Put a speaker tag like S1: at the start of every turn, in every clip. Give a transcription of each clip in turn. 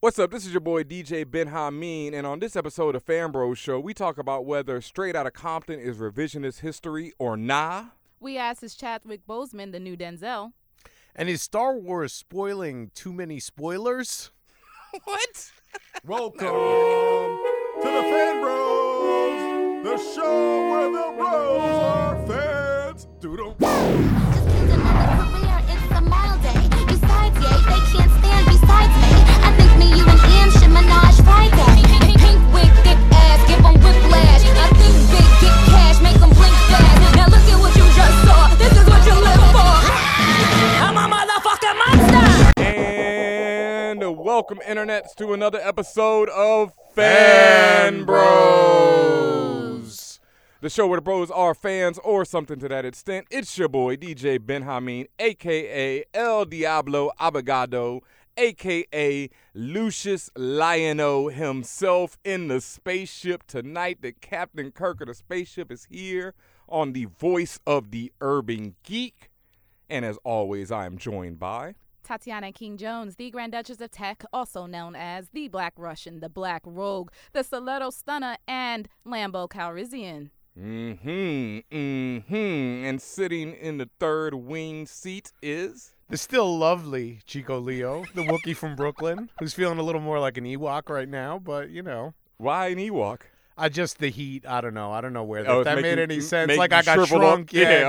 S1: What's up? This is your boy DJ Ben Hameen, and on this episode of Fanbro Show, we talk about whether Straight Outta Compton is revisionist history or nah.
S2: We asked is Chadwick Boseman the new Denzel?
S3: And is Star Wars spoiling too many spoilers?
S2: What?
S4: Welcome to the Fan Bros, the show where the bros are fans. Doodle.
S5: Just killed another career, it's a mild day. Besides, yay, they can't stand besides me. I think me, you, and Em should menage Friday. Pink wig, thick ass, give 'em whiplash. I think big, get cash, make 'em blink fast. Now look at what you just saw, this is what you live for. I'm a motherfucking monster!
S1: And welcome, internets, to another episode of Fan Bros, the show where the bros are fans or something to that extent. It's your boy DJ Ben Hameen, aka El Diablo Abogado, aka Lucius Liono himself in the spaceship tonight. The Captain Kirk of the spaceship is here on the voice of the urban geek. And as always, I am joined by.
S2: Tatiana King Jones, the Grand Duchess of Tech, also known as the Black Russian, the Black Rogue, the Stiletto Stunner, and Lambo Calrissian.
S1: Mm-hmm. Mm-hmm. And sitting in the third wing seat is
S3: The still lovely Chico Leo, the Wookiee from Brooklyn, who's feeling a little more like an Ewok right now, but you know.
S1: why an Ewok?
S3: I just the heat. I don't know. I don't know where that,
S1: Oh,
S3: if that
S1: make
S3: made
S1: you-
S3: any sense.
S1: make
S3: Like
S1: you
S3: I got
S1: shrivel up?
S3: shrunk. Yeah,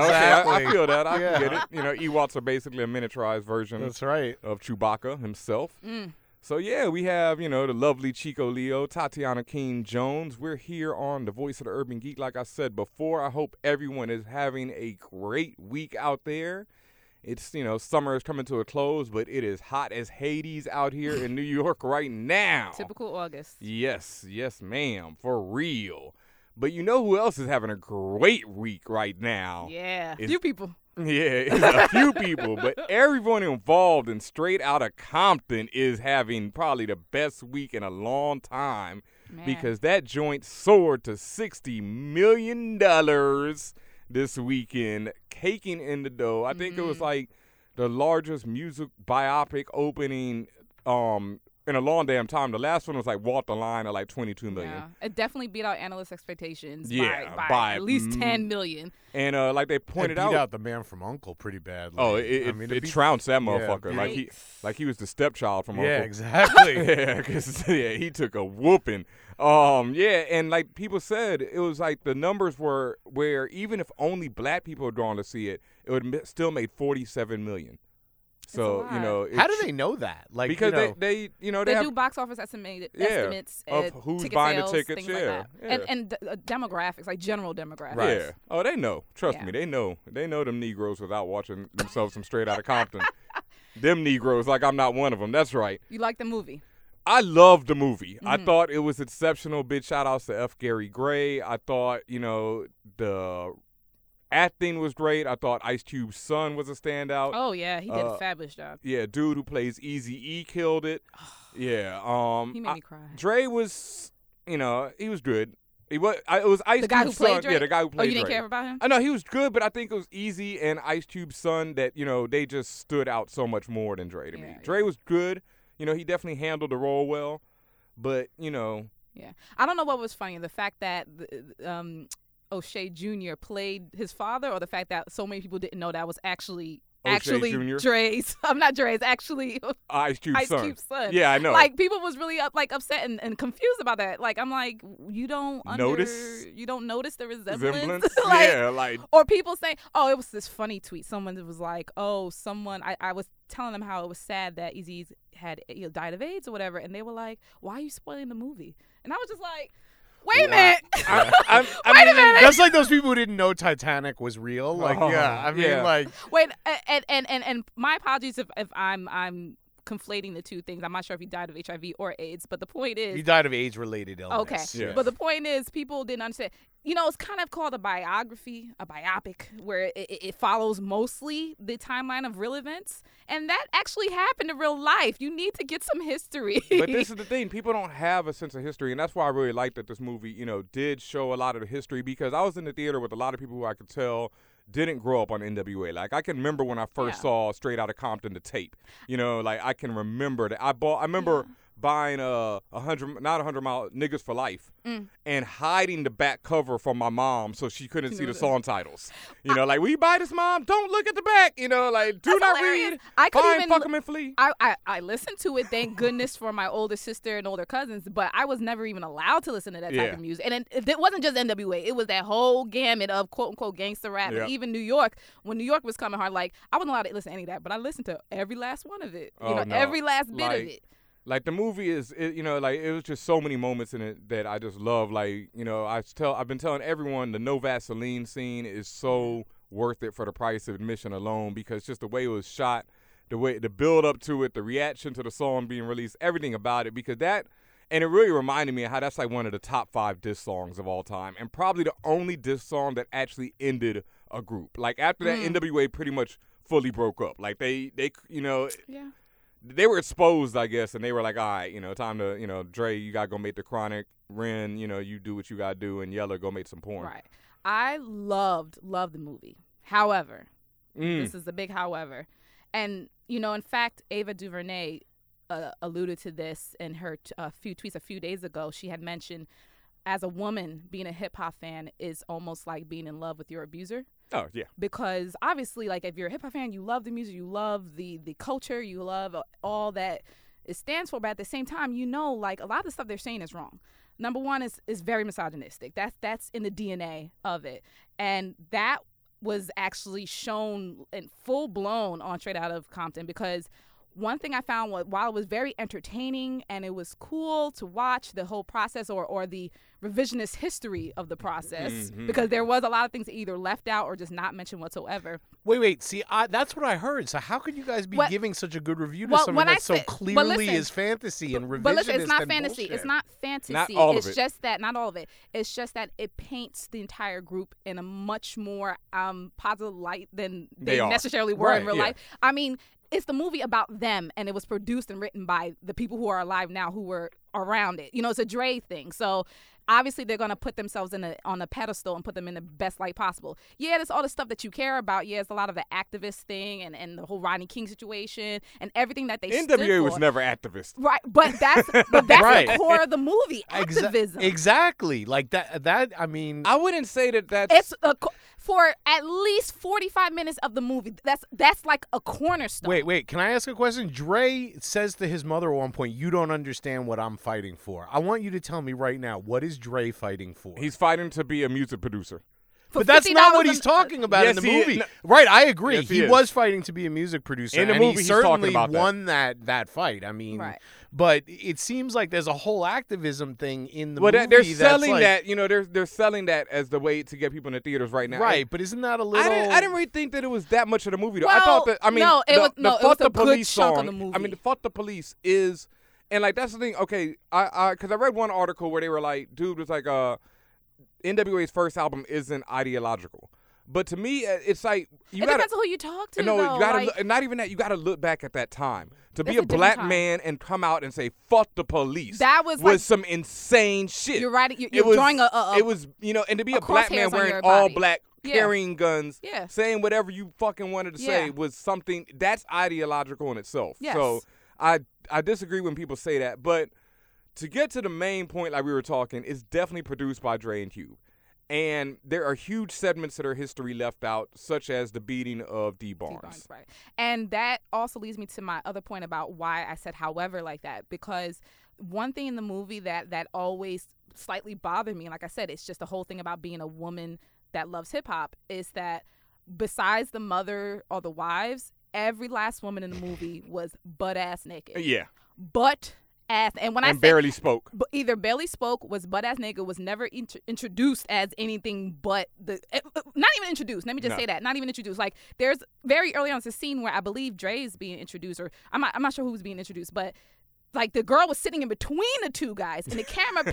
S3: exactly.
S1: okay. I, I feel that. I can
S3: Yeah.
S1: get it. You know, Ewoks are basically a miniaturized version
S3: That's right.
S1: of Chewbacca himself.
S2: Mm.
S1: So yeah, we have you know the lovely Chico Leo, Tatiana King Jones. We're here on the Voice of the Urban Geek. Like I said before, I hope everyone is having a great week out there. It's you know summer is coming to a close, but it is hot as Hades out here in New York right now.
S2: Typical August.
S1: Yes, yes, ma'am, for real. But you know who else is having a great week right now?
S2: Yeah.
S1: Is-
S2: Few people.
S1: Yeah, it's a few people, but everyone involved in Straight Outta Compton is having probably the best week in a long time
S2: Man.
S1: because that joint soared to sixty million dollars this weekend, caking in the dough. I think it was like the largest music biopic opening um in a long damn time. The last one was like Walk the Line at like twenty two million.
S2: Yeah. It definitely beat our analyst expectations
S1: Yeah,
S2: by, by,
S1: by
S2: at least
S1: m-
S2: 10 million.
S1: And uh like they pointed
S3: Pointed beat out,
S1: out
S3: the man from Uncle pretty badly.
S1: Oh, it, it,
S3: I mean,
S1: it,
S3: beat-
S1: trounced that motherfucker.
S3: beat-
S1: like he like he was the stepchild from
S3: Yeah,
S1: Uncle.
S3: exactly.
S1: Yeah, 'cause, yeah, he took a whooping. Um, yeah, and like people said, it was like the numbers were where even if only black people were drawn to see it, it would m- still made forty-seven million. So you
S2: lot.
S1: know, it
S3: How do
S1: sh-
S3: they know that? Like
S1: Because
S3: you know,
S1: they, they, you know,
S2: They,
S1: they, have,
S2: do box office estimated
S1: Yeah,
S2: estimates
S1: of
S2: uh,
S1: who's
S2: ticket
S1: buying the
S2: sales,
S1: tickets,
S2: things
S1: yeah,
S2: like that. And,
S1: yeah.
S2: and d- uh, demographics, like general demographics.
S1: Right. Yeah. Oh, they know. Trust
S2: Yeah.
S1: me, they know. They know them Negroes without watching themselves some straight out of Compton. them Negroes, like I'm not one of them. That's right.
S2: You like the movie?
S1: I loved the movie. I
S2: Mm-hmm.
S1: thought it was exceptional. Big shout outs to F. Gary Gray. I thought, you know, the acting was great. I thought Ice Cube's son was a standout.
S2: Oh, yeah. He did
S1: Uh,
S2: a fabulous job.
S1: Yeah, dude who plays Easy E killed it. yeah. Um
S2: He made
S1: I-
S2: me cry.
S1: Dre was you know, he was good. He was I, it was Ice
S2: The guy who
S1: Cube's
S2: played
S1: son.
S2: Drake?
S1: Yeah, the guy who
S2: Oh,
S1: played
S2: you didn't
S1: Dre.
S2: care about him?
S1: I know he was good, but I think it was Easy and Ice Cube's son that you know they just stood out so much more than Dre to me.
S2: Yeah, yeah.
S1: Dre was good, you know he definitely handled the role well, but you know
S2: Yeah, I don't know what was funny—the fact that th- um, O'Shea Jr. played his father, or the fact that so many people didn't know that was actually
S1: O'Shea
S2: actually
S1: Jr.?
S2: Dre's. I'm not Dre's. Actually,
S1: Ice Cube's
S2: Ice
S1: son.
S2: Cube's son.
S1: Yeah, I know.
S2: Like people was really up, like upset and, and confused about that. Like I'm like, you don't under-
S1: Notice?
S2: you don't notice the resemblance.
S1: Resemblance?
S2: like,
S1: yeah, like
S2: Or people saying, oh, it was this funny tweet. Someone was like, oh, someone, I, I was telling them how it was sad that Easy had eh, you know, died of AIDS or whatever. And they were like, why are you spoiling the movie? And I was just like, wait a minute.
S1: I, I, I
S2: Wait a
S1: mean,
S2: minute.
S3: that's like those people who didn't know Titanic was real. Like
S1: Oh,
S3: yeah, I mean
S1: yeah.
S3: like
S2: wait, a- and, and, and, and my apologies if, if I'm, I'm conflating the two things. I'm not sure if he died of HIV or AIDS, but the point is,
S3: he died of AIDS related illness.
S2: Okay.
S1: Yeah.
S2: But the point is, people didn't understand. You know, it's kind of called a biography, a biopic, where it, it, it follows mostly the timeline of real events. And that actually happened in real life. You need to get some history.
S1: but this is the thing people don't have a sense of history and that's why i really like that this movie you know did show a lot of the history because i was in the theater with a lot of people who i could tell didn't grow up on nwa like i can remember when i first
S2: Yeah.
S1: saw straight out of compton the tape you know like i can remember that i bought i remember buying a a hundred, not a hundred mile niggas for life,
S2: Mm.
S1: and hiding the back cover from my mom so she couldn't see the
S2: knows it.
S1: song titles. You know, like, will you buy this, mom? Don't look at the back. You know, like, do
S2: That's
S1: not
S2: hilarious.
S1: read.
S2: I could
S1: Fine,
S2: even
S1: fuck
S2: l-
S1: 'em and flee.
S2: I, I, I listened to it, thank goodness for my older sister and older cousins, but I was never even allowed to listen to that
S1: Yeah.
S2: type of music. And it, it wasn't just NWA, it was that whole gamut of quote unquote gangster rap.
S1: Yep.
S2: And even New York, when New York was coming hard, like I wasn't allowed to listen to any of that, but I listened to every last one of it. You
S1: Oh,
S2: know,
S1: no.
S2: every last bit
S1: Like,
S2: of it.
S1: like the movie is it, you know like it was just so many moments in it that i just love like you know i tell i've been telling everyone the no vaseline scene is so worth it for the price of admission alone because just the way it was shot the way the build up to it the reaction to the song being released everything about it because that and it really reminded me of how that's like one of the top five diss songs of all time and probably the only diss song that actually ended a group like after that nwa pretty much fully broke up like they they you know
S2: Yeah.
S1: they were exposed, I guess, and they were like, all right, you know, time to, you know, Dre, you got to go make the chronic. Ren, you know, you do what you got to do, and Yeller, go make some porn.
S2: Right. I loved, loved the movie. However,
S1: Mm.
S2: This is the big however. And, you know, in fact, Ava DuVernay uh, alluded to this in her t- a few tweets a few days ago. She had mentioned as a woman, being a hip hop fan is almost like being in love with your abuser
S1: Oh, yeah.
S2: because obviously like if you're a hip hop fan, you love the music, you love the the culture, you love uh, all that it stands for, but at the same time, you know like a lot of the stuff they're saying is wrong. Number one is is very misogynistic. That's that's in the DNA of it. And that was actually shown and full blown on Straight Out of Compton because one thing I found was while it was very entertaining and it was cool to watch the whole process or, or the revisionist history of the process because there was a lot of things that either left out or just not mentioned whatsoever.
S3: Wait, wait. See, I, that's what I heard. So how could you guys be
S2: What-
S3: giving such a good review to
S2: Well,
S3: something
S2: when I
S3: that so
S2: said- but
S3: clearly
S2: listen,
S3: is fantasy and revisionist?
S2: But listen, it's not
S3: and
S2: fantasy.
S3: bullshit?
S2: It's not fantasy.
S1: all of
S2: it's
S1: it.
S2: just that not all of it. It's just that it paints the entire group in a much more um, positive light than
S1: They
S2: they,
S1: are.
S2: necessarily were
S1: Right,
S2: in real
S1: yeah.
S2: life. I mean, it's the movie about them, and it was produced and written by the people who are alive now who were around it. You know, it's a Dre thing. So obviously they're going to put themselves in a, on a pedestal and put them in the best light possible. Yeah, there's all the stuff that you care about. Yeah, it's a lot of the activist thing and, and the whole Rodney King situation and everything that they stood
S1: NWA was
S2: for.
S1: never activist.
S2: Right, but that's but that's the
S3: Right.
S2: core of the movie
S3: Exa-
S2: activism.
S3: exactly. Like that. That I mean,
S1: I wouldn't say that that's.
S2: It's a, co- for at least forty five minutes of the movie. That's that's like a cornerstone.
S3: Wait, wait. Can I ask a question? Dre says to his mother at one point, "You don't understand what I'm fighting for." I want you to tell me right now, what is Dre fighting for?
S1: he's fighting to be a music producer.
S2: For
S3: but that's not
S2: $50
S3: what
S2: a-
S3: he's talking about
S1: Yes,
S3: in the
S1: he is.
S3: movie,
S1: No-
S3: right? I agree.
S1: Yes, he
S3: he
S1: is.
S3: was fighting to be a music producer
S1: In the
S3: and he
S1: movie, he's talking
S3: certainly
S1: about that.
S3: won that that fight. I mean,
S2: Right.
S3: but it seems like there's a whole activism thing in the
S1: Well,
S3: movie.
S1: that, they're
S3: that's
S1: selling
S3: like-
S1: that, you know, they're, they're selling that as the way to get people in the theaters right now.
S3: right? But isn't that a little?
S1: I didn't, I didn't really think that it was that much of the movie though. I thought
S2: Well,
S1: that I mean
S2: no, it
S1: the,
S2: was-
S1: the
S2: no, it
S1: fuck
S2: was a
S1: the
S2: good
S1: police
S2: chunk
S1: song.
S2: of the
S1: I
S2: movie.
S1: mean the fuck the police is and like that's the thing, okay, I I cuz I read one article where they were like dude was like uh NWA's first album isn't ideological. But to me uh, it's like you
S2: it
S1: got to
S2: depends on who you talk to.
S1: no,
S2: though.
S1: you gotta
S2: like,
S1: look, and not even that. You gotta look back at that time to be
S2: It's
S1: a,
S2: a different
S1: black
S2: time.
S1: man and come out and say "fuck the police."
S2: That was like-
S1: some insane shit.
S2: You're right, you-
S1: It
S2: you're
S1: was-
S2: drawing a- a- a-
S1: It was you know, and to be a,
S2: a
S1: black man
S2: crosshairs on
S1: wearing
S2: your
S1: all
S2: body.
S1: black,
S2: Yeah.
S1: carrying guns,
S2: Yeah.
S1: saying whatever you fucking wanted to say
S2: Yeah.
S1: was something that's ideological in itself.
S2: Yes.
S1: So I I disagree when people say that, but to get to the main point, like we were talking, it's definitely produced by Dre and Cube. And there are huge segments of their history left out, such as the beating of D
S2: Steve
S1: Barnes.
S2: Barnes, right. And that also leads me to my other point about why I said however like that because one thing in the movie that that always slightly bothered me, like I said, it's just the whole thing about being a woman that loves hip hop is that besides the mother or the wives, every last woman in the movie was butt ass naked.
S1: Yeah,
S2: Butt ass and when I
S1: and
S2: say
S1: barely spoke.
S2: but either barely spoke was butt ass nigga was never int- introduced as anything but the eh, eh, not even introduced let me just
S1: No.
S2: say that not even introduced like there's very early on it's a scene where i believe Dre is being introduced or i'm not, I'm not sure who's being introduced but like the girl was sitting in between the two guys and the camera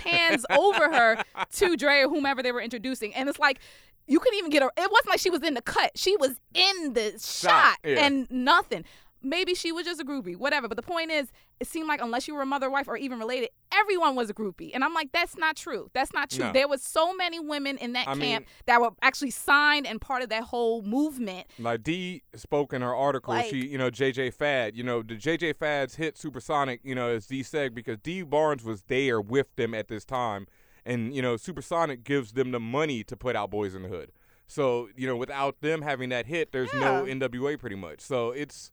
S2: pans over her to Dre or whomever they were introducing and it's like you couldn't even get her it wasn't like she was in the cut she was in the shot,
S1: yeah.
S2: and nothing Maybe she was just a groupie, whatever. But the point is, it seemed like unless you were a mother, wife, or even related, everyone was a groupie. And I'm like, that's not true. That's not true.
S1: No.
S2: There was so many women in that
S1: I
S2: camp
S1: mean-
S2: that were actually signed and part of that whole movement.
S1: Like Dee spoke in her article,
S2: Like-
S1: she you know JJ Fad, you know the JJ Fad's hit Supersonic, you know as Dee said because Dee Barnes was there with them at this time, and you know Supersonic gives them the money to put out Boys in the Hood. So you know without them having that hit, there's no NWA pretty much. So it's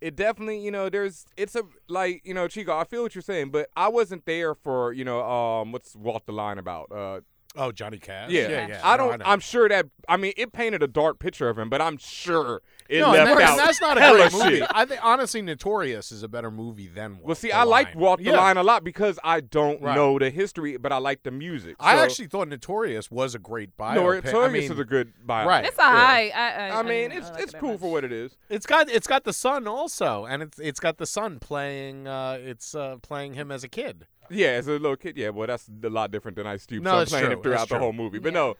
S1: it definitely you know there's it's a like you know Chico, I feel what you're saying, but I wasn't there for you know um what's walk the line about uh
S3: Oh, Johnny Cash.
S1: yeah,
S3: yeah. yeah.
S1: I
S3: No,
S1: don't.
S3: know.
S1: I am sure that. I mean, it painted a dark picture of him, but I'm sure it
S3: no, and
S1: left
S3: that-
S1: out.
S3: and that's not a
S1: hella
S3: great movie.
S1: shit.
S3: I think honestly, Notorious is a better movie than. Walk
S1: Well, see,
S3: the
S1: I like
S3: Line.
S1: Walk the
S3: Yeah.
S1: Line a lot because I don't
S3: Right.
S1: know the history, but I like the music.
S3: I
S1: So-
S3: actually thought Notorious was a great biopic.
S1: no,
S3: I
S1: Notorious
S3: mean,
S1: is a good bio.
S3: Right.
S2: It's
S3: Yeah.
S2: all right. I, I,
S1: I mean,
S2: don't
S1: it's
S2: like
S1: it's
S2: it that
S1: cool
S2: much.
S1: for what it is.
S3: It's got it's got the son also, and it's it's got the son playing uh it's uh playing him as a kid.
S1: Yeah, as a little kid, yeah. Well, that's a lot different than Ice Cube.
S3: No,
S1: so I'm
S3: that's
S1: playing
S3: true.
S1: it throughout
S3: That's
S1: the
S3: true.
S1: whole movie. But
S2: Yeah.
S1: no,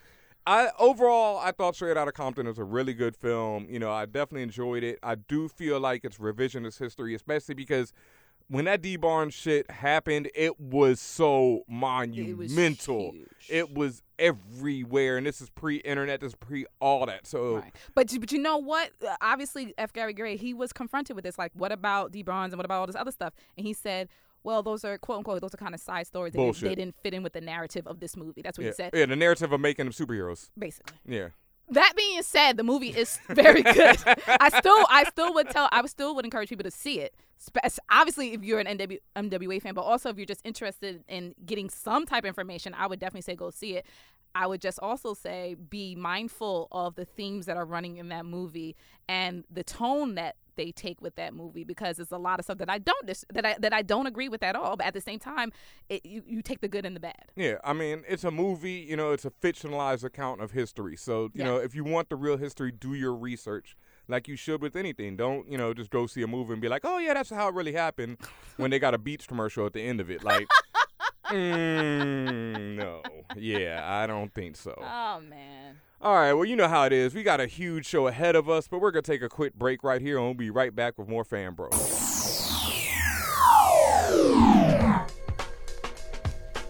S1: I overall I thought Straight Outta Compton was a really good film. You know, I definitely enjoyed it. I do feel like it's revisionist history, especially because when that D Barnes shit happened, it was so monumental.
S2: huge.
S1: It was everywhere, and this is pre-internet, this is pre all that. So
S2: Right. But you- but you know what? Uh, Obviously, F. Gary Gray he was confronted with this. Like, what about D. Bronze and what about all this other stuff? And he said, "Well, those are quote unquote those are kind of side stories. They, didn't-
S1: Bullshit.
S2: they didn't fit in with the narrative of this movie." That's what
S1: yeah,
S2: he said,
S1: yeah, the narrative of making them superheroes.
S2: basically.
S1: Yeah,
S2: That being said, the movie is very good. I still, I still would tell, I still would encourage people to see it. Spe- Obviously, if you're an NW, MWA fan, but also if you're just interested in getting some type of information, I would definitely say go see it. I would just also say be mindful of the themes that are running in that movie and the tone that they take with that movie because there's a lot of stuff that I don't dis- that I that I don't agree with at all. But at the same time, it, you you take the good and the bad.
S1: Yeah, I mean, it's a movie, you know, it's a fictionalized account of history. So, you
S2: Yeah.
S1: know, if you want the real history, do your research like you should with anything. Don't, you know, just go see a movie and be like, oh, yeah, that's how it really happened when they got a Beats commercial at the end of it. Like, mm, no. Yeah, I don't think so.
S2: Oh man.
S1: All right, well, you know how it is. We got a huge show ahead of us, but we're going to take a quick break right here and we'll be right back with more Fan Bros.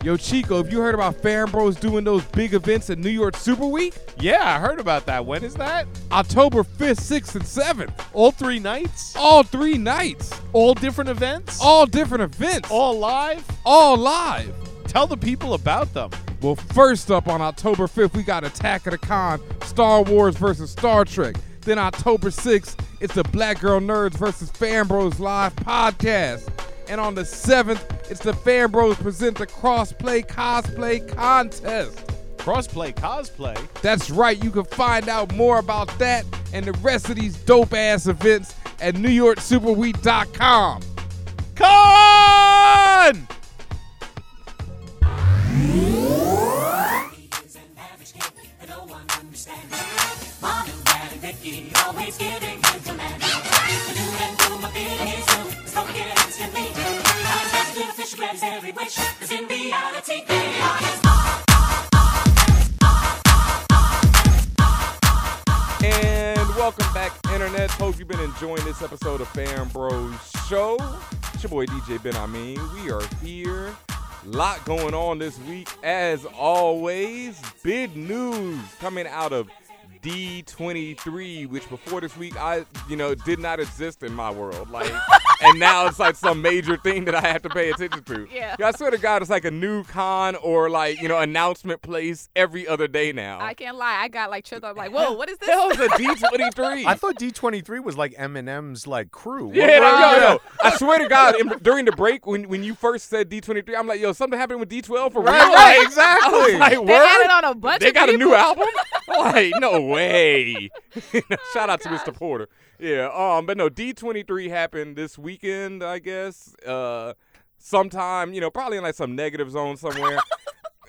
S1: Yo, Chico, have you heard about Fan Bros doing those big events at New York Super Week?
S3: Yeah, I heard about that. When is that?
S1: October 5th, 6th, and 7th.
S3: All three nights?
S1: All three nights.
S3: All different events?
S1: All different events.
S3: all live?
S1: all live.
S3: Tell the people about them.
S1: Well, first up on October 5th, we got Attack of the Con, Star Wars versus Star Trek. Then October 6th, it's the Black Girl Nerds versus Fan Bros Live podcast. And on the 7th, it's the Fan Bros present the Crossplay Cosplay Contest.
S3: Crossplay cosplay.
S1: That's right, you can find out more about that and the rest of these dope ass events at NewYorkSuperWeek.com.
S3: Con!
S1: And welcome back, Internet. Hope you've been enjoying this episode of Fan Bros Show. It's your boy DJ Ben. I mean, we are here. Lot going on this week, as always. Big news coming out of D23, which before this week I, you know, did not exist in my world. Like, and now it's like some major thing that I have to pay attention to.
S2: Yeah.
S1: I swear to God, it's like a new con or like you know announcement place every other day now.
S2: I can't lie. I got like tripped. I'm like, whoa, what is this?
S1: Hell's a D23.
S3: I thought D23 was like Eminem's like crew. What-
S1: Yeah, no,
S3: what-
S1: yo, yo. I swear to God, in, during the break when when you first said D twenty three, I'm like, yo, something happened with D twelve for real.
S3: Right,
S1: Like,
S3: right, exactly.
S1: I was like,
S2: They
S1: word?
S2: added on a bunch
S1: They
S2: of
S1: got a
S2: people.
S1: new album. like, no way. Shout out to
S2: Oh,
S1: Mr. Porter. Yeah. Um. But no, D twenty three happened this weekend, I guess. Uh, sometime, you know, probably in like some negative zone somewhere.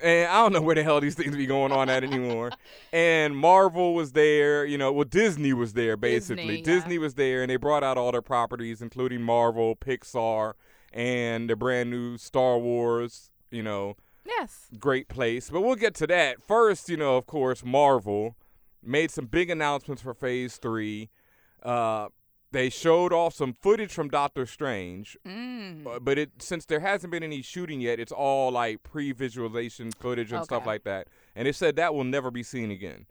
S1: And I don't know where the hell these things be going on at anymore. And Marvel was there, you know, well, Disney was there basically.
S2: Disney, yeah.
S1: Disney was there, and they brought out all their properties, including Marvel, Pixar, and the brand new Star Wars, you know,
S2: Yes.
S1: great place. But we'll get to that. First, you know, of course, Marvel made some big announcements for phase three. Uh, They showed off some footage from Doctor Strange,
S2: Mm.
S1: uh, but it since there hasn't been any shooting yet, it's all like pre-visualization footage and stuff
S2: Okay.
S1: like that. And it said that will never be seen again.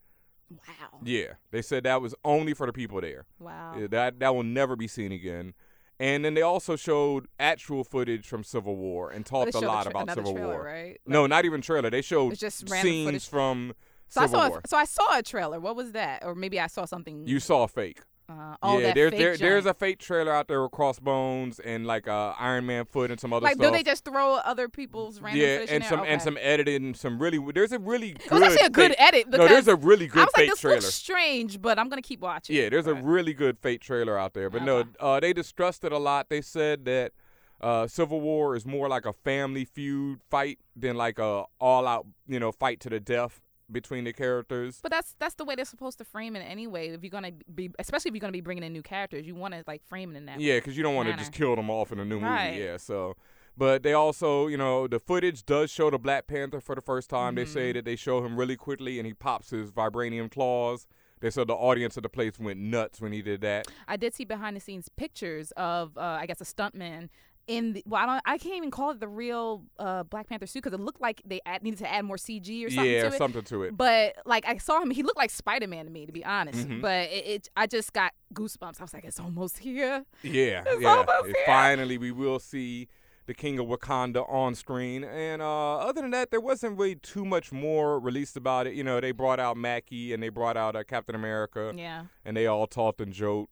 S2: Wow.
S1: Yeah, they said that was only for the people there.
S2: Wow.
S1: Yeah, that that will never be seen again. And then they also showed actual footage from Civil War and
S2: Oh, They
S1: talked a
S2: showed
S1: lot
S2: tra-
S1: about
S2: another
S1: Civil
S2: trailer,
S1: War.
S2: right?
S1: No, not even trailer. They showed
S2: It's just random
S1: scenes
S2: footage.
S1: from
S2: So
S1: Civil
S2: I saw.
S1: War.
S2: A, so I saw a trailer. What was that? Or maybe I saw something.
S1: you saw fake.
S2: uh, oh,
S1: yeah,
S2: that
S1: there's
S2: fake
S1: there, there's a
S2: joint.
S1: fake trailer out there with Crossbones and like uh, Iron Man foot and some other
S2: like.
S1: stuff.
S2: Do they just throw other people's random?
S1: yeah,
S2: footage in
S1: and
S2: there?
S1: some
S2: Okay.
S1: and some editing, some really. There's a really good.
S2: It was actually a good
S1: fake-
S2: edit.
S1: No, there's
S2: because
S1: a really good
S2: I was like,
S1: fake
S2: this
S1: trailer.
S2: looks strange, but I'm gonna keep watching.
S1: Yeah, there's
S2: Right.
S1: a really good fake trailer out there. But
S2: Okay.
S1: no, uh, they distressed it a lot. They said that uh, Civil War is more like a family feud fight than like a all out, you know, fight to the death between the characters.
S2: But that's that's the way they're supposed to frame it anyway. If you're gonna be, especially if you're gonna be bringing in new characters, you want to like frame it in that. way.
S1: Yeah, because you don't want to just
S2: manner.
S1: kill them off in a new
S2: Right.
S1: movie. Yeah, so. But they also, you know, the footage does show the Black Panther for the first time. They
S2: Mm-hmm.
S1: say that they show him really quickly and he pops his vibranium claws. They said the audience of the place went nuts when he did that.
S2: I did see behind the scenes pictures of, uh, I guess, a stuntman in. The, well, I don't. I can't even call it the real uh, Black Panther suit because it looked like they add, needed to add more CG or something
S1: yeah,
S2: to it.
S1: something to it.
S2: But like I saw him, he looked like Spider Man to me, to be honest.
S1: Mm-hmm.
S2: But it, it, I just got goosebumps. I was like, it's almost here.
S1: Yeah,
S2: It's
S1: yeah.
S2: almost
S1: And
S2: here.
S1: Finally, we will see the King of Wakanda on screen. And uh, other than that, there wasn't really too much more released about it. You know, they brought out Mackie and they brought out uh, Captain America,
S2: Yeah.
S1: and they all talked and joked.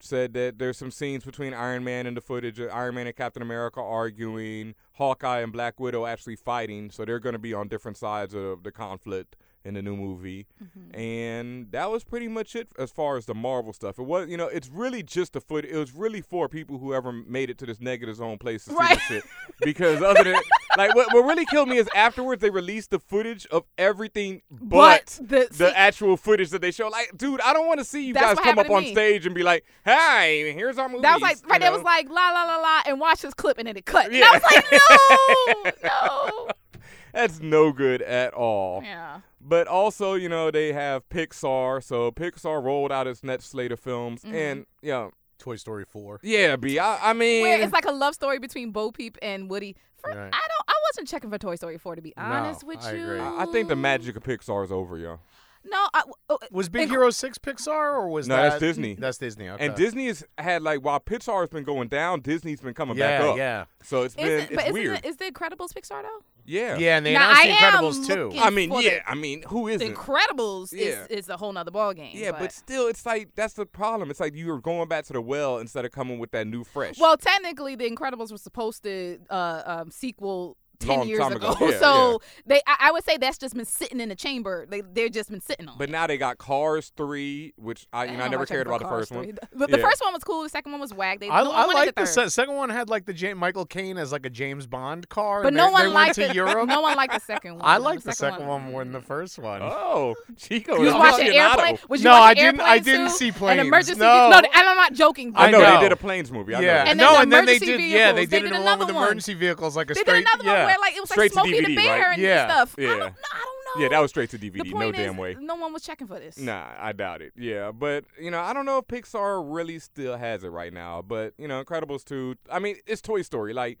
S1: Said that there's some scenes between Iron Man and the footage of Iron Man and Captain America arguing, Hawkeye and Black Widow actually fighting. So they're going to be on different sides of the conflict in the new movie and that was pretty much it as far as the Marvel stuff. It was, you know, it's really just the foot. It was really for people who ever made it to this negative zone place to
S2: Right.
S1: see this shit. Because other than like, what, what really killed me is afterwards they released the footage of everything but,
S2: the- see-
S1: actual footage that they show. Like, dude, I don't want to see you
S2: That's
S1: guys
S2: what
S1: come up
S2: happened to
S1: on
S2: me.
S1: stage and be like, "Hi, here's our movie."
S2: That was like right. That was like la la la la, and watch this clip, and then it cut. And
S1: Yeah.
S2: I was like, no, no.
S1: that's no good at all.
S2: Yeah.
S1: But also, you know, they have Pixar. So Pixar rolled out its next slate of films,
S2: Mm-hmm.
S1: and you know.
S3: Toy Story Four.
S1: Yeah, B. I, I mean,
S2: Where it's like a love story between Bo Peep and Woody. For, I
S3: Right.
S2: don't. I wasn't checking for Toy Story 4 to be honest with
S3: I
S2: you.
S3: agree.
S1: I I think the magic of Pixar is over, yo.
S2: No, I, oh,
S3: Was Big
S2: Inc-
S3: Hero Six Pixar or was
S1: No,
S3: that
S1: that's Disney.
S3: That's Disney. Okay.
S1: And Disney has had like while Pixar has been going down, Disney's been coming
S3: Yeah,
S1: back up.
S3: yeah,
S1: So it's
S2: is
S1: been
S2: it, but
S1: it's
S2: isn't
S1: weird.
S2: It, is the Incredibles Pixar though?
S1: yeah.
S3: yeah. And they
S2: Now,
S3: announced
S2: I
S3: The
S2: am
S3: Incredibles too.
S2: looking-
S1: I mean,
S2: for the-
S1: yeah. I mean, who
S2: The
S1: isn't?
S2: Incredibles
S1: Yeah.
S2: is is a whole nother ballgame.
S1: yeah, but. still, it's like that's the problem. It's like you are going back to the well instead of coming with that new fresh.
S2: well, technically, the Incredibles were supposed to uh, um, sequel. 10
S1: Long
S2: years
S1: time ago. Yeah,
S2: so they I, I would say that's just been sitting in the chamber they they've just been sitting on
S1: but
S2: it.
S1: now they got Cars three, which I you know I
S2: don't
S1: never
S2: watch it
S1: cared
S2: for
S1: about the
S2: Cars
S1: first one.
S2: three. the, the
S1: Yeah.
S2: first one was cool the second one was whack they
S3: I,
S2: no one
S3: I
S2: wanted
S3: like
S2: the
S3: the,
S2: third.
S3: se- second one had like the Ja- Michael Caine as like a James Bond car,
S2: but
S3: and
S2: no
S3: they-
S2: one
S3: they
S2: liked
S3: went to Europe.
S2: no one liked the second one
S3: I
S2: No,
S3: liked the second one, more than the first one.
S1: Oh, Chico,
S2: You was
S1: is
S2: watching
S1: aficionado.
S2: airplane. Was you
S3: No,
S2: watching
S3: I didn't- I
S2: Airplane
S3: didn't
S2: too?
S3: see
S2: An
S3: planes.
S2: emergency.
S3: No.
S2: ve- and I'm not joking.
S1: I
S3: I
S1: know they
S3: know.
S1: did a planes movie. I know
S3: yeah,
S1: that.
S2: And then
S3: no,
S2: the
S3: and then they did.
S2: emergency
S3: Yeah, they
S2: vehicles, they
S3: did,
S2: did
S3: another one with
S2: another one.
S3: emergency vehicles, like a
S2: They did
S3: straight.
S2: another
S3: yeah.
S2: one where like it was
S1: Straight
S2: like
S1: to
S2: Smokey the
S1: DVD,
S2: Bear
S1: right?
S2: and
S3: Yeah.
S2: stuff. I don't,
S1: Yeah.
S2: know- I don't know.
S1: yeah, that was straight to
S2: the
S1: DVD. No
S2: point is,
S1: damn way.
S2: No one was checking for this.
S1: Nah, I doubt it. Yeah, but you know, I don't know if Pixar really still has it right now. But you know, Incredibles two. I mean, it's Toy Story. Like,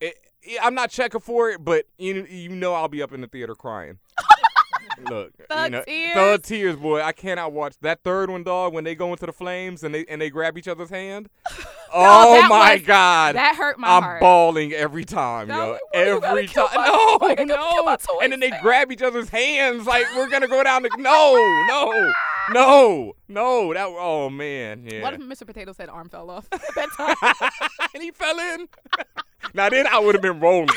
S1: it, it- I'm not checking for it, but you you know, I'll be up in the theater crying. Look, you
S2: Thug
S1: know,
S2: tears.
S1: thug tears, boy. I cannot watch that third one, dog. When they go into the flames and they and they grab each other's hand. oh
S2: that
S1: my
S2: was-
S1: God,
S2: That hurt my
S1: I'm
S2: heart.
S1: bawling every time,
S2: No,
S1: yo.
S2: you gotta
S1: Every
S2: kill
S1: time.
S2: my-
S1: No,
S2: you gotta kill my
S1: no.
S2: toys,
S1: And then they
S2: man.
S1: grab each other's hands like we're gonna go down the. No, no, no, no. That. Oh man, yeah.
S2: What if Mr. Potato said arm fell off at that time?
S1: and he fell in. now then, I would have been rolling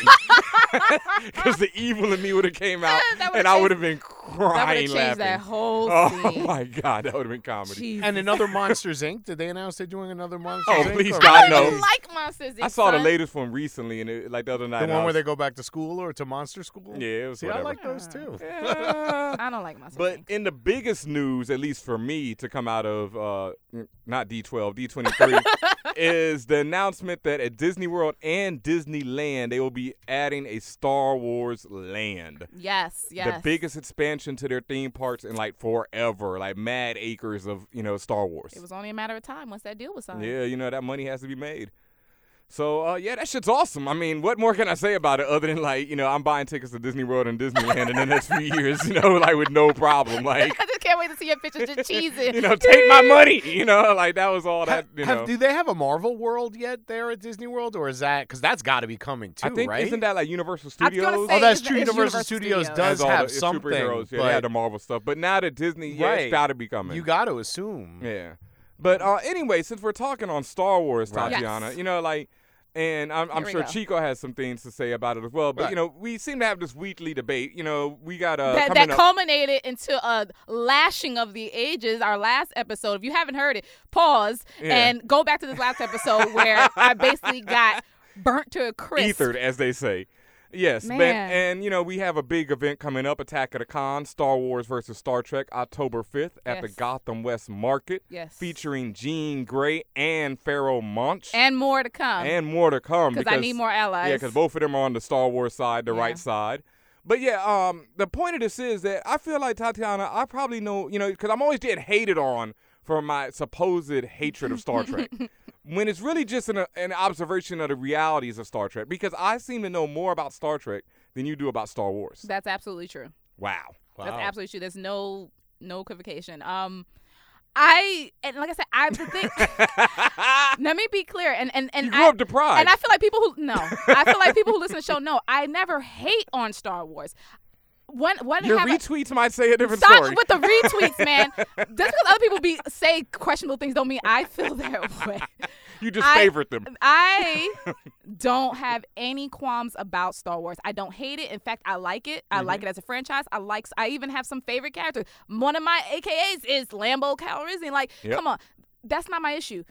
S1: because the evil in me would have came out,
S2: That would've
S1: and I
S2: changed-
S1: would have been
S2: that would have
S1: crying
S2: changed
S1: laughing.
S2: that whole
S1: oh
S2: scene.
S1: my god, that would have been comedy.
S2: Jesus.
S3: And another Monsters Inc. Did they announce they're doing another Monsters?
S1: Oh,
S3: Inc.
S1: please,
S3: or-
S1: God,
S2: I
S1: no.
S2: don't like monsters.
S1: I saw the latest one recently, and it, like the other night.
S3: The
S1: and
S3: one
S1: I
S3: where
S1: was-
S3: they go back to school or to monster school.
S1: Yeah, it was
S3: See,
S1: whatever.
S3: I like those too.
S1: Yeah.
S2: I don't like monsters.
S1: But in the biggest news, at least for me, to come out of uh, n- not D12, D23, is the announcement that at Disney World and Disneyland, they will be adding a Star Wars land.
S2: yes, yes.
S1: The biggest extension to their theme parks in like forever, like mad acres of you know Star Wars.
S2: It was only a matter of time once that deal was signed.
S1: Yeah, you know that money has to be made. So uh, yeah, that shit's awesome. I mean, what more can I say about it other than like you know I'm buying tickets to Disney World and Disneyland in the next few years, you know, like with no problem. Like
S2: I just can't wait to see your pictures just cheesing.
S1: you know, take my money. You know, like that was all that. You
S3: Have-
S1: know,
S3: do they have a Marvel World yet there at Disney World, or is that because that's got to be coming too,
S1: I think
S3: right?
S1: isn't that like Universal
S2: I was
S1: Studios?
S2: gonna say,
S3: oh, that's
S2: it's-
S3: true.
S2: it's
S3: Universal,
S2: Universal
S3: Studios,
S2: Studios.
S3: does
S1: has all
S3: have
S1: the
S3: something,
S1: superheroes. Yeah,
S3: but
S1: they had the Marvel stuff, but now that Disney, yeah,
S3: Right.
S1: it's got to be coming.
S3: you got to assume.
S1: Yeah. But uh, anyway, since we're talking on Star Wars,
S3: Right.
S1: Tatiana,
S2: Yes.
S1: you know, like, and I'm, I'm
S2: Here we
S1: sure
S2: go.
S1: Chico has some things to say about it as well. But
S3: Right.
S1: you know, we seem to have this weekly debate. You know, we got uh,
S2: that,
S1: coming
S2: that
S1: up.
S2: culminated into a lashing of the ages. Our last episode, if you haven't heard it, pause
S1: Yeah.
S2: and go back to this last episode where I basically got burnt to a crisp.
S1: Ethered, as they say. Yes, but,
S2: Man.
S1: and you know we have a big event coming up: Attack of the Con, Star Wars versus Star Trek, October fifth at the
S2: Yes.
S1: Gotham West Market,
S2: Yes.
S1: featuring Jean Grey and Pharaoh Monch,
S2: and more to come.
S1: and more to come.
S2: because I need more allies.
S1: Yeah, because both of them are on the Star Wars side, the
S2: Yeah.
S1: right side. But yeah, um, the point of this is that I feel like Tatiana, I probably know, you know, because I'm always getting hated on for my supposed hatred of Star Trek, when it's really just an, an observation of the realities of Star Trek. Because I seem to know more about Star Trek than you do about Star Wars.
S2: That's absolutely true.
S1: wow.
S2: That's absolutely true. There's no no equivocation. Um, I and like I said, I the thing. let me be clear, and and and
S1: You grew
S2: I,
S1: up deprived.
S2: And I feel like people who no, I feel like people who listen to the show know I never hate on Star Wars. One one
S1: Your
S2: have I-
S1: retweets might say a different
S2: Stop
S1: story.
S2: with the retweets, man. Just because other people be say questionable things don't mean I feel that way.
S1: you just
S2: I-
S1: favorite them.
S2: I don't have any qualms about Star Wars. I don't hate it. In fact, I like it. I like it as a franchise. I like. I even have some favorite characters. One of my AKAs is Lambo Calrissian. Like,
S1: Yep.
S2: come on, that's not my issue.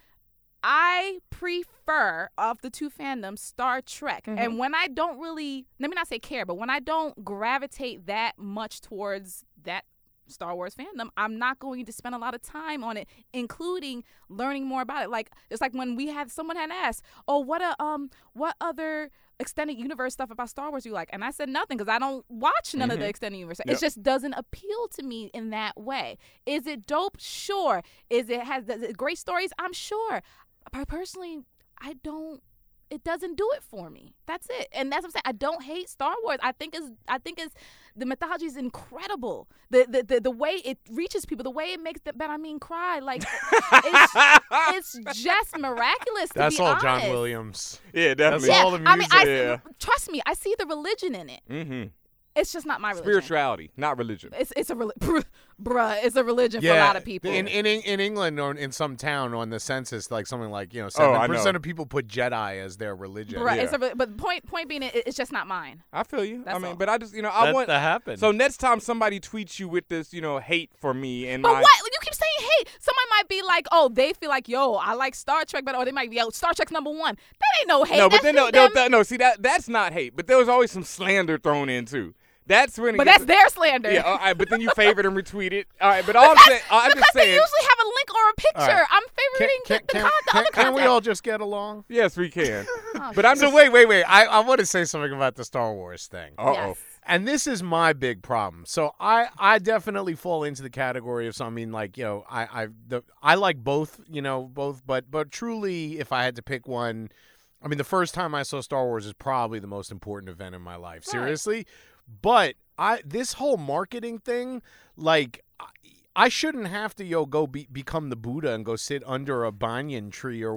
S2: I prefer of the two fandoms Star Trek. And when I don't really, let me not say care, but when I don't gravitate that much towards that Star Wars fandom, I'm not going to spend a lot of time on it, including learning more about it. Like it's like when we had someone had asked, "Oh, what a um, what other extended universe stuff about Star Wars you like?" And I said nothing because I don't watch none of the extended universe.
S1: Yep.
S2: It just doesn't appeal to me in that way. Is it dope? Sure. Is it has does it great stories? I'm sure. But personally, I don't. It doesn't do it for me. That's it, and that's what I'm saying. I don't hate Star Wars. I think is I think is the mythology is incredible. The, the the the way it reaches people, the way it makes the Ben I mean cry, like it's it's just miraculous. to
S3: That's
S2: be
S3: all
S2: honest.
S3: John Williams.
S1: yeah, definitely.
S2: Yeah,
S3: all the
S2: I mean, I,
S1: music.
S2: trust me, I see the religion in it.
S1: Mm-hmm.
S2: It's just not my religion.
S1: Spirituality, not religion.
S2: It's it's a reli- bruh. It's a religion for a lot of people.
S3: in in Eng- in England or in some town on the census, like something like you know
S1: Oh,
S3: seven
S1: I know.
S3: percent of people put Jedi as their religion.
S2: Bruh,
S1: yeah.
S2: it's a, re- but point point being, it, it's just not mine.
S1: I feel you. I
S2: That's
S1: mean,
S2: all.
S1: but I just, you know, I
S3: That-
S1: want
S3: that happened.
S1: So next time somebody tweets you with this, you know, hate for me and
S2: But
S1: my,
S2: what you keep saying, hey, someone might be like, oh, they feel like, yo, I like Star Trek, but or they might be, yo, Star Trek's number one. That ain't no hate.
S1: no, but
S2: That's
S1: then
S2: just
S1: they'll, they'll,
S2: them-
S1: no, see that that's not hate, but there was always some slander thrown in too. That's when. It
S2: but
S1: gets-
S2: that's their slander.
S3: uh,
S1: Yeah, all right, but then you favorite and retweet it. All right, but all I'm saying, I'm
S2: because
S1: just
S2: they
S1: saying.
S2: usually have a link or a picture. I'm
S3: Can,
S2: favoriting
S3: can,
S2: the, the,
S3: can,
S2: con- the
S3: can,
S2: other
S3: can we
S2: content.
S3: all just get along?
S1: Yes, we can.
S2: Oh,
S1: but I'm
S3: So
S1: just.
S3: wait, wait, wait. I, I want to say something about the Star Wars thing.
S1: Uh oh.
S2: Yes.
S3: And this is my big problem. So I, I definitely fall into the category of some. I mean, like you know, I, I, the, I like both. You know, both. But, but truly, if I had to pick one, I mean, the first time I saw Star Wars is probably the most important event in my life. Seriously, but I this whole marketing thing, like. I, I shouldn't have to yo go be, become the Buddha and go sit under a banyan tree or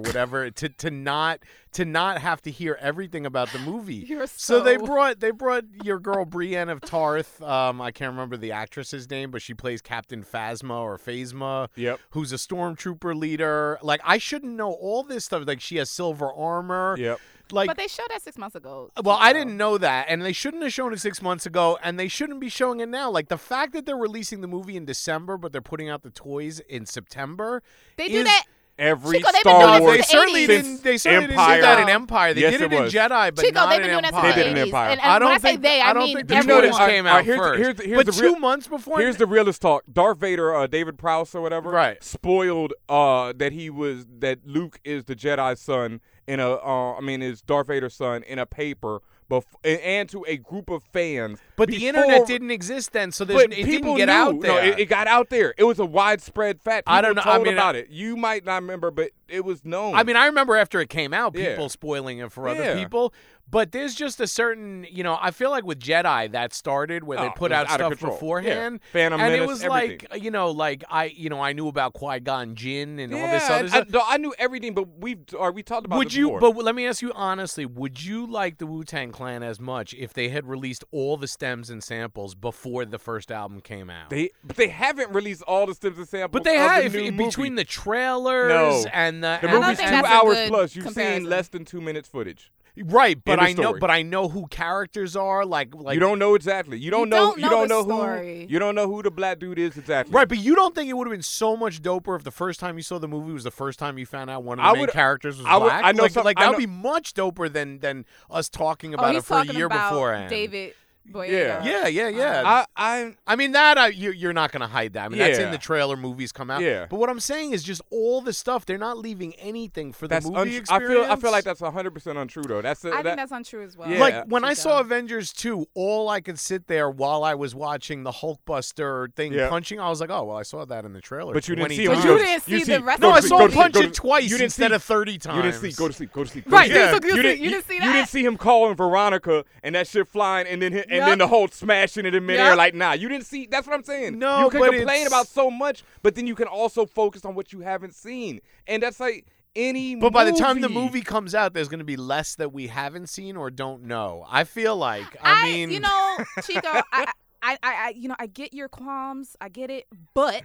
S3: whatever to, to not to not have to hear everything about the movie.
S2: You're
S3: they
S2: so-
S3: brought they brought your girl Brienne of Tarth. Um, I can't remember the actress's name, but she plays Captain Phasma or Phasma.
S1: Yep.
S3: Who's a stormtrooper leader? Like I shouldn't know all this stuff. Like she has silver armor.
S1: Yep.
S3: Like
S2: But they showed that six months ago.
S3: well, I
S2: so-
S3: didn't know that, and they shouldn't have shown it six months ago, and they shouldn't be showing it now. Like the fact that they're releasing the movie in December, but they're putting out the toys in September.
S2: They do
S3: is- Oh,
S2: that.
S1: Every
S2: Chico, they've been doing
S1: Star
S2: that
S3: They
S1: Wars.
S2: since the
S3: certainly
S2: 80s.
S3: didn't. They certainly
S1: Empire.
S3: didn't do that in Empire. They
S1: Yes,
S3: did
S1: it
S3: it, in
S1: was.
S3: Jedi, but
S2: Chico,
S3: not
S2: they've
S3: in
S2: been doing that
S3: Empire.
S2: since
S1: They
S2: the
S1: did in
S2: 80s.
S1: Empire.
S2: And, and
S3: I don't
S2: when I say
S3: think-
S2: they, I,
S3: I don't
S2: mean
S3: think the
S1: You
S3: Star
S1: know that
S2: everyone.
S3: Wars
S1: all right,
S3: came
S1: all right,
S3: out
S1: here's the-
S3: first.
S1: here's the- here's
S3: but
S1: the
S3: two
S1: real-
S3: months before.
S1: Here's the realest talk. Darth Vader, uh, David Prowse or whatever,
S3: Right.
S1: spoiled uh, that he was that Luke is the Jedi's son in a uh, I mean is Darth Vader's son in a paper bef- and, and to a group of fans.
S3: But the internet
S1: before-
S3: didn't exist then, so there's,
S1: But
S3: it
S1: people
S3: didn't get
S1: knew.
S3: out there.
S1: No, it, it got out there. It was a widespread fact. People
S3: I don't know. I
S1: Told
S3: mean,
S1: about it. You might not remember, but it was known.
S3: I mean, I remember after it came out,
S1: Yeah.
S3: people spoiling it for other
S1: Yeah.
S3: people. But there's just a certain, you know, I feel like with Jedi that started where
S1: Oh,
S3: they
S1: it
S3: put
S1: was
S3: out
S1: out of
S3: stuff
S1: control. Yeah.
S3: beforehand.
S1: Phantom
S3: and it
S1: Menace,
S3: was
S1: everything.
S3: like, you know, like I, you know, I knew about Qui Gon Jinn and all this
S1: Yeah,
S3: other
S1: I,
S3: stuff.
S1: I, no, I knew everything, but we've or we talked about.
S3: would
S1: this
S3: you?
S1: before.
S3: But let me ask you honestly: Would you like the Wu Tang Clan as much if they had released all the stems and samples before the first album came out?
S1: They but they haven't released all the stems and samples.
S3: but they
S1: of
S3: had
S1: the new
S3: if-
S1: movie.
S3: between the
S1: No.
S3: trailers and the,
S1: the
S3: and-
S2: don't
S1: movie's two
S2: think that's a
S1: hours
S2: good
S1: plus. You've seen
S2: comparison.
S1: less than two minutes footage.
S3: Right, but
S1: End of
S3: I know,
S1: story.
S3: but I know who characters are. Like, like
S1: you don't know exactly. You don't know.
S2: don't
S1: you
S2: know
S1: don't
S2: the
S1: know
S2: story.
S1: who. You don't know who the black dude is exactly.
S3: Right, but you don't think it would have been so much doper if the first time you saw the movie was the first time you found out one of the
S1: I
S3: main
S1: would-
S3: characters was
S1: I would-
S3: black?
S1: I know
S3: like,
S1: some-
S3: like
S1: I
S3: that would
S1: know-
S3: be much doper than than us
S2: oh,
S3: talking about it
S2: he's
S3: for a
S2: talking
S3: year
S2: about
S3: beforehand.
S2: David. Uh, Boyega.
S1: Yeah.
S3: Yeah, yeah, yeah.
S1: I. I.
S3: I mean that I, you, you're not gonna hide that. I mean that's in
S1: Yeah.
S3: the trailer. Movies come out.
S1: Yeah.
S3: But what I'm saying is just all the stuff. They're not leaving anything for the
S1: That's.
S3: movie
S1: un- I
S3: experience.
S1: feel. I feel like that's 100 percent untrue though. That's.
S2: I
S1: that,
S2: think that's untrue as well.
S1: Yeah.
S3: Like when I
S2: She's
S3: saw
S2: dumb.
S3: Avengers 2, all I could sit there while I was watching the Hulkbuster thing
S1: Yeah.
S3: punching, I was like, oh, well, I saw that in the trailer.
S1: But you didn't
S3: 20
S1: see. it
S2: But
S1: when
S3: times.
S2: you didn't see the rest
S1: go
S3: No,
S1: to
S3: I
S2: Go
S1: sleep,
S3: saw
S1: go
S3: him
S1: to sleep,
S3: punch
S1: go
S3: it
S1: to-
S3: twice
S1: you didn't
S3: instead
S1: see-
S3: of 30 times.
S1: You didn't see. Go to sleep. Go to sleep. go to
S2: Right,
S1: sleep.
S2: you Yeah. didn't- you
S1: You didn't.
S2: didn't- you didn't see
S1: You didn't
S2: that?
S1: see him calling Veronica and that shit flying, and then hi- and then
S2: Yup.
S1: the whole smashing it in midair.
S2: Yup.
S1: Like, nah, you didn't see. That's what I'm saying.
S3: No,
S1: you can
S3: but
S1: complain
S3: it's-
S1: about so much, but then you can also focus on what you haven't seen, and that's like any.
S3: But by the time the movie comes out, there's going to be less that we haven't seen or don't know. I feel like. I, mean,
S2: you know, Chico, I, I, I, I, you know, I get your qualms, I get it, but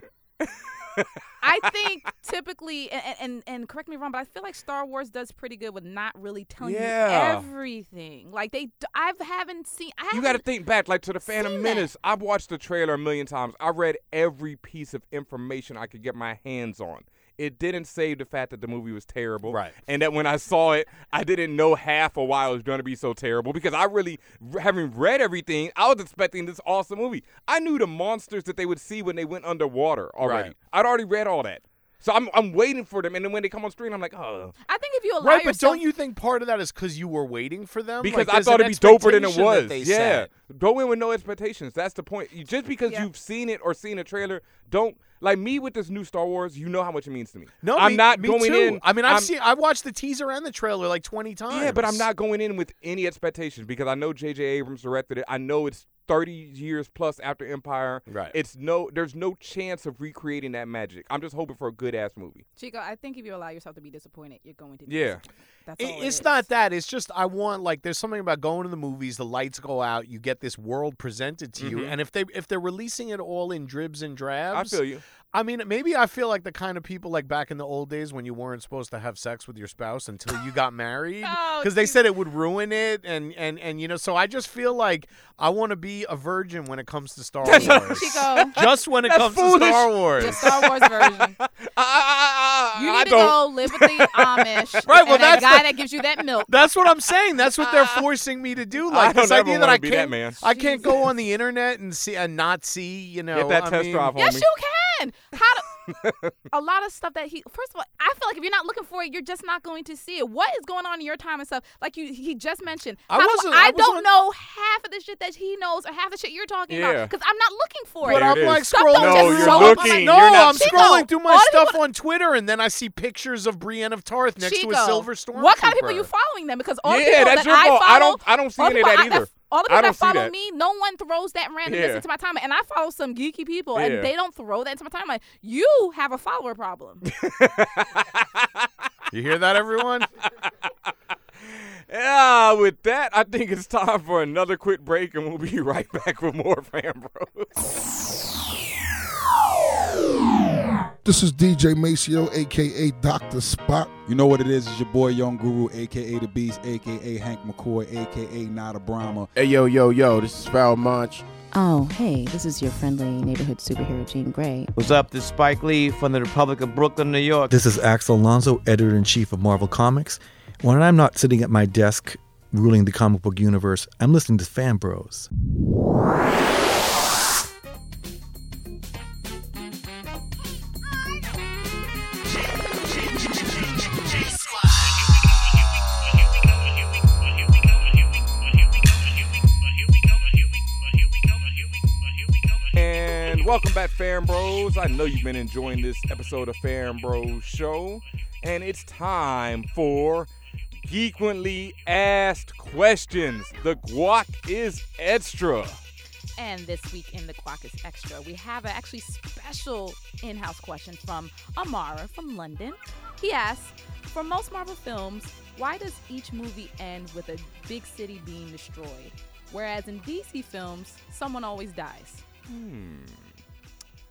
S2: I think typically, and, and and correct me if I'm wrong, but I feel like Star Wars does pretty good with not really telling
S1: Yeah.
S2: you everything. Like they, d- I haven't seen. I
S1: You
S2: haven't,
S1: got to think back, like to the Phantom
S2: seen that.
S1: Menace. I've watched the trailer a million times. I read every piece of information I could get my hands on. It didn't save the fact that the movie was terrible,
S3: Right.
S1: And that when I saw it, I didn't know half of why it was going to be so terrible because I really, having read everything, I was expecting this awesome movie. I knew the monsters that they would see when they went underwater already.
S3: Right.
S1: I'd already read all that, so I'm I'm waiting for them. And then when they come on screen, I'm like, oh,
S2: I think if you allow
S3: right? But
S2: yourself,
S3: don't you think part of that is because you were waiting for them?
S1: because
S3: Like,
S1: I
S3: there's
S1: thought
S3: an
S1: it'd be doper than it
S3: expectation that
S1: was.
S3: they
S1: Yeah,
S3: set.
S1: go in with no expectations. That's the point. You- Just because
S2: Yeah.
S1: you've seen it or seen a trailer, don't like me with this new Star Wars. You know how much it means to me.
S3: No,
S1: I'm
S3: me-
S1: not
S3: me
S1: going
S3: too.
S1: in.
S3: I mean, I've
S1: I'm-
S3: seen, I've watched the teaser and the trailer like 20 times.
S1: Yeah, but I'm not going in with any expectations because I know J.J. Abrams directed it. I know it's 30 years plus after Empire.
S3: Right.
S1: It's no. There's no chance of recreating that magic. I'm just hoping for a good ass movie.
S2: Chico, I think if you allow yourself to be disappointed, you're going to. be
S1: Yeah.
S2: disappointed. That's
S3: It,
S2: all it
S3: it's
S2: is.
S3: not that. It's just I want like there's something about going to the movies. The lights go out. You get this world presented to you.
S1: Mhm.
S3: And if they if they're releasing it all in dribs and
S1: I
S3: drabs,
S1: feel you.
S3: I mean, maybe I feel like the kind of people like back in the old days when you weren't supposed to have sex with your spouse until you got married
S2: Oh,
S3: because they
S2: geez.
S3: said it would ruin it. And and and you know, so I just feel like I want to be a virgin when it comes to Star
S1: That's-
S3: Wars.
S2: Chico,
S3: just when it
S1: That's
S3: comes to
S1: foolish.
S3: Star Wars.
S2: the Star Wars version. You need
S1: I
S2: to
S1: don't.
S2: go live with the Amish.
S3: Right, well,
S2: and that
S3: that's
S2: guy
S3: the-
S2: that gives you that milk.
S3: That's what I'm saying. That's what they're forcing me to do. Like
S1: don't
S3: this
S1: ever
S3: idea that
S1: wanna
S3: I
S1: be that
S3: can't,
S1: man.
S3: I can't go on the internet and see and not see. You know,
S1: Get that
S3: I
S1: test
S3: mean,
S1: drive on
S2: Yes,
S1: me.
S2: you can. How do, a lot of stuff that he. First of all, I feel like if you're not looking for it, you're just not going to see it. What is going on in your time and stuff? Like you, he just mentioned.
S3: I
S2: How do
S3: wasn't- I
S2: I,
S3: wasn't-
S2: don't know half of the shit that he knows or half the shit you're talking
S1: Yeah.
S2: about because I'm not looking for
S3: But
S1: There
S2: it.
S3: I'm
S1: it
S3: like
S1: is.
S2: Stop, don't just
S3: scrolling. through
S2: No, you're
S3: my-
S1: looking.
S3: No,
S1: You're not
S3: I'm
S2: Chico,
S3: scrolling through my
S2: all you
S3: stuff
S2: wanna-
S3: on Twitter, and then I see pictures of Brienne of Tarth next to a
S2: Chico,
S3: silver storm.
S2: What kind of people are you following then? Because all the
S1: Yeah,
S2: people
S1: that's
S2: that
S1: your
S2: I
S1: fault.
S2: follow,
S1: I don't- I don't see
S2: all
S1: any
S2: the
S1: of
S2: people
S1: that
S2: I- that's-
S1: either.
S2: All the
S1: I
S2: people
S1: don't
S2: that
S1: see
S2: follow
S1: that.
S2: me, no one throws that randomness
S1: Yeah.
S2: into my timeline, and I follow some geeky people,
S1: Yeah.
S2: and they don't throw that into my timeline. You have a follower problem.
S3: You hear that, everyone?
S1: Yeah, with that, I think it's time for another quick break, and we'll be right back with more Fam Bros.
S6: This is DJ Maceo, aka Dr. Spot.
S7: You know what it is? It's your boy Young Guru, aka The Beast, aka Hank McCoy, aka Nada Brahma.
S8: Hey, yo, yo, yo, this is Foul Munch.
S9: Oh, hey, this is your friendly neighborhood superhero, Jean Grey.
S10: What's up? This is Spike Lee from the Republic of Brooklyn, New York.
S11: This is Axel Alonso, editor in chief of Marvel Comics. When I'm not sitting at my desk ruling the comic book universe, I'm listening to Fan Bros.
S1: Welcome back, Fam Bros. I know you've been enjoying this episode of Fam Bros Show, and it's time for Geekly Asked Questions. The guac is extra.
S2: And this week in the Quack is Extra, we have an actually special in house question from Amara from London. He asks For most Marvel films, why does each movie end with a big city being destroyed? Whereas in DC films, someone always dies.
S1: Hmm.